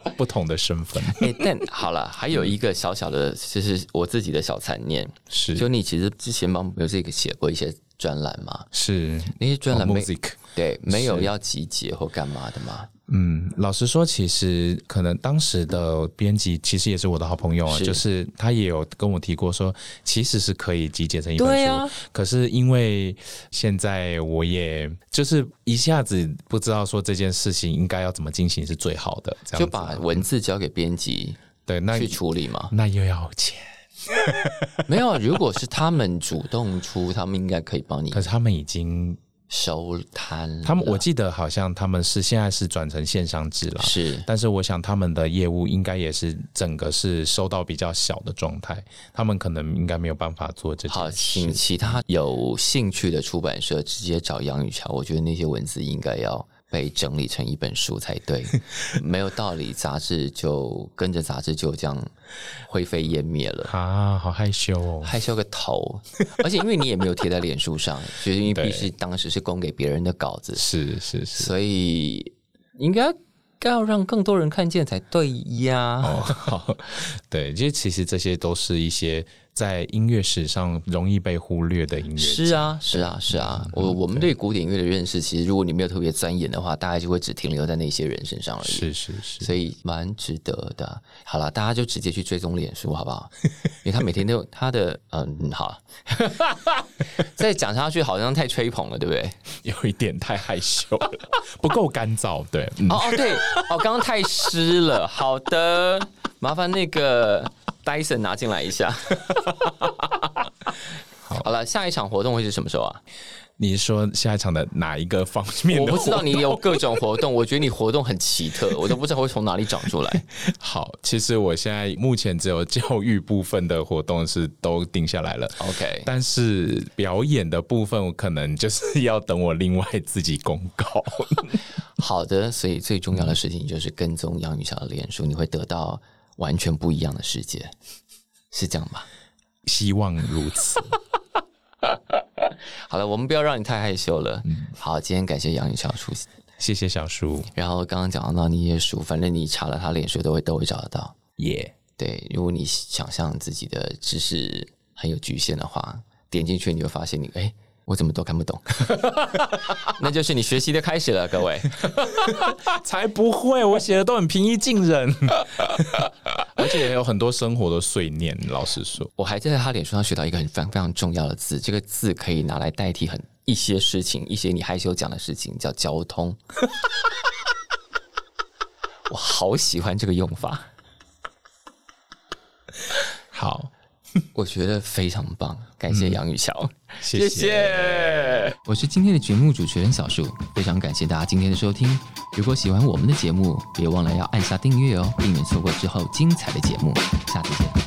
S3: 用不同的身份
S2: 哎、但好了，还有一个小小的，就是我自己的小残念，就是你其实之前帮有这个写过一些专栏嘛，
S3: 是
S2: 那些专栏
S3: 哦
S2: 没、
S3: music
S2: 对没有要集结或干嘛的嘛，
S3: 嗯，老实说，其实可能当时的编辑其实也是我的好朋友啊，
S2: 是
S3: 就是他也有跟我提过说，其实是可以集结成一本
S2: 对
S3: 书，
S2: 啊
S3: 可是因为现在我也就是一下子不知道说这件事情应该要怎么进行是最好的，这样子啊
S2: 就把文字交给编辑
S3: 对那
S2: 去处理嘛。
S3: 那又要钱，
S2: 没有，啊如果是他们主动出，他们应该可以帮你
S3: 可是他们已
S2: 嗯
S3: 经
S2: 收摊了。
S3: 他们我记得好像他们是现在是转成线上制了，
S2: 是
S3: 但是我想他们的业务应该也是整个是收到比较小的状态，他们可能应该没有办法做这
S2: 好，
S3: 件
S2: 请
S3: 事。
S2: 其他有兴趣的出版社直接找杨雨乔，我觉得那些文字应该要被整理成一本书才对，没有道理杂志就跟着杂志就这样灰飞烟灭了。
S3: 啊，好害羞哦！
S2: 害羞个头，而且因为你也没有贴在脸书上，就是因为必须当时是供给别人的稿子，
S3: 是是是，
S2: 所以应该要让更多人看见才对呀。
S3: 哦，好，对，其实其实这些都是一些在音乐史上容易被忽略的音乐。
S2: 是啊，是啊，是
S3: 嗯
S2: 啊。我我们对古典乐的认识，其实如果你没有特别钻研的话，大概就会只停留在那些人身上而已。
S3: 是是是，
S2: 所以蛮值得的啊。好了，大家就直接去追踪脸书好不好？因为 他每天都有他的嗯，好。再讲下去好像太吹捧了，对不对？
S3: 有一点太害羞了， 不够干燥。对，嗯，
S2: 哦哦，对，哦，刚刚太湿了。好的，麻烦那个 Dyson 拿进来一 下。 好了，下一场活动会是什么时候啊？
S3: 你是说下一场的哪一个方面
S2: 我
S3: 的
S2: 不知
S3: 活
S2: 道你有各种活动，我觉得你活动很奇特，我都不知道会从哪里长出来。
S3: 好，其实我现在目前只有教育部分的活动是都定下来了。
S2: OK，
S3: 但是表演的部分，我可能就是 要等我另外自己公告。
S2: 好的，所以最重要的事情就是跟踪杨雨乔的脸书，你会得到完全不一样的世界，是这样吧？
S3: 希望如此。
S2: 好了，我们不要让你太害羞了。好，今天感谢杨雨乔出席。
S3: 谢谢小叔，
S2: 然后刚刚讲到那些书，反正你查了他脸书都会都会找得到。
S3: 耶、
S2: 对，如果你想象自己的知识很有局限的话，点进去你就发现你哎。我怎么都看不懂， 那就是你学习的开始了，各位。
S3: 才不会，我写的都很平易近人， 而且也有很多生活的碎念。老实说，
S2: 我还在他脸书上学到一个很非常非常重要的字，这个字可以拿来代替很一些事情，一些你害羞讲的事情，叫交通。 我好喜欢这个用法，
S3: 好，
S2: 我觉得非常棒，感谢杨雨乔。
S3: 谢谢。
S2: 嗯 我是今天的节目主持人小树，非常感谢大家今天的收听。如果喜欢我们的节目，别忘了要按下订阅哦，避免错过之后精彩的节目。下次见。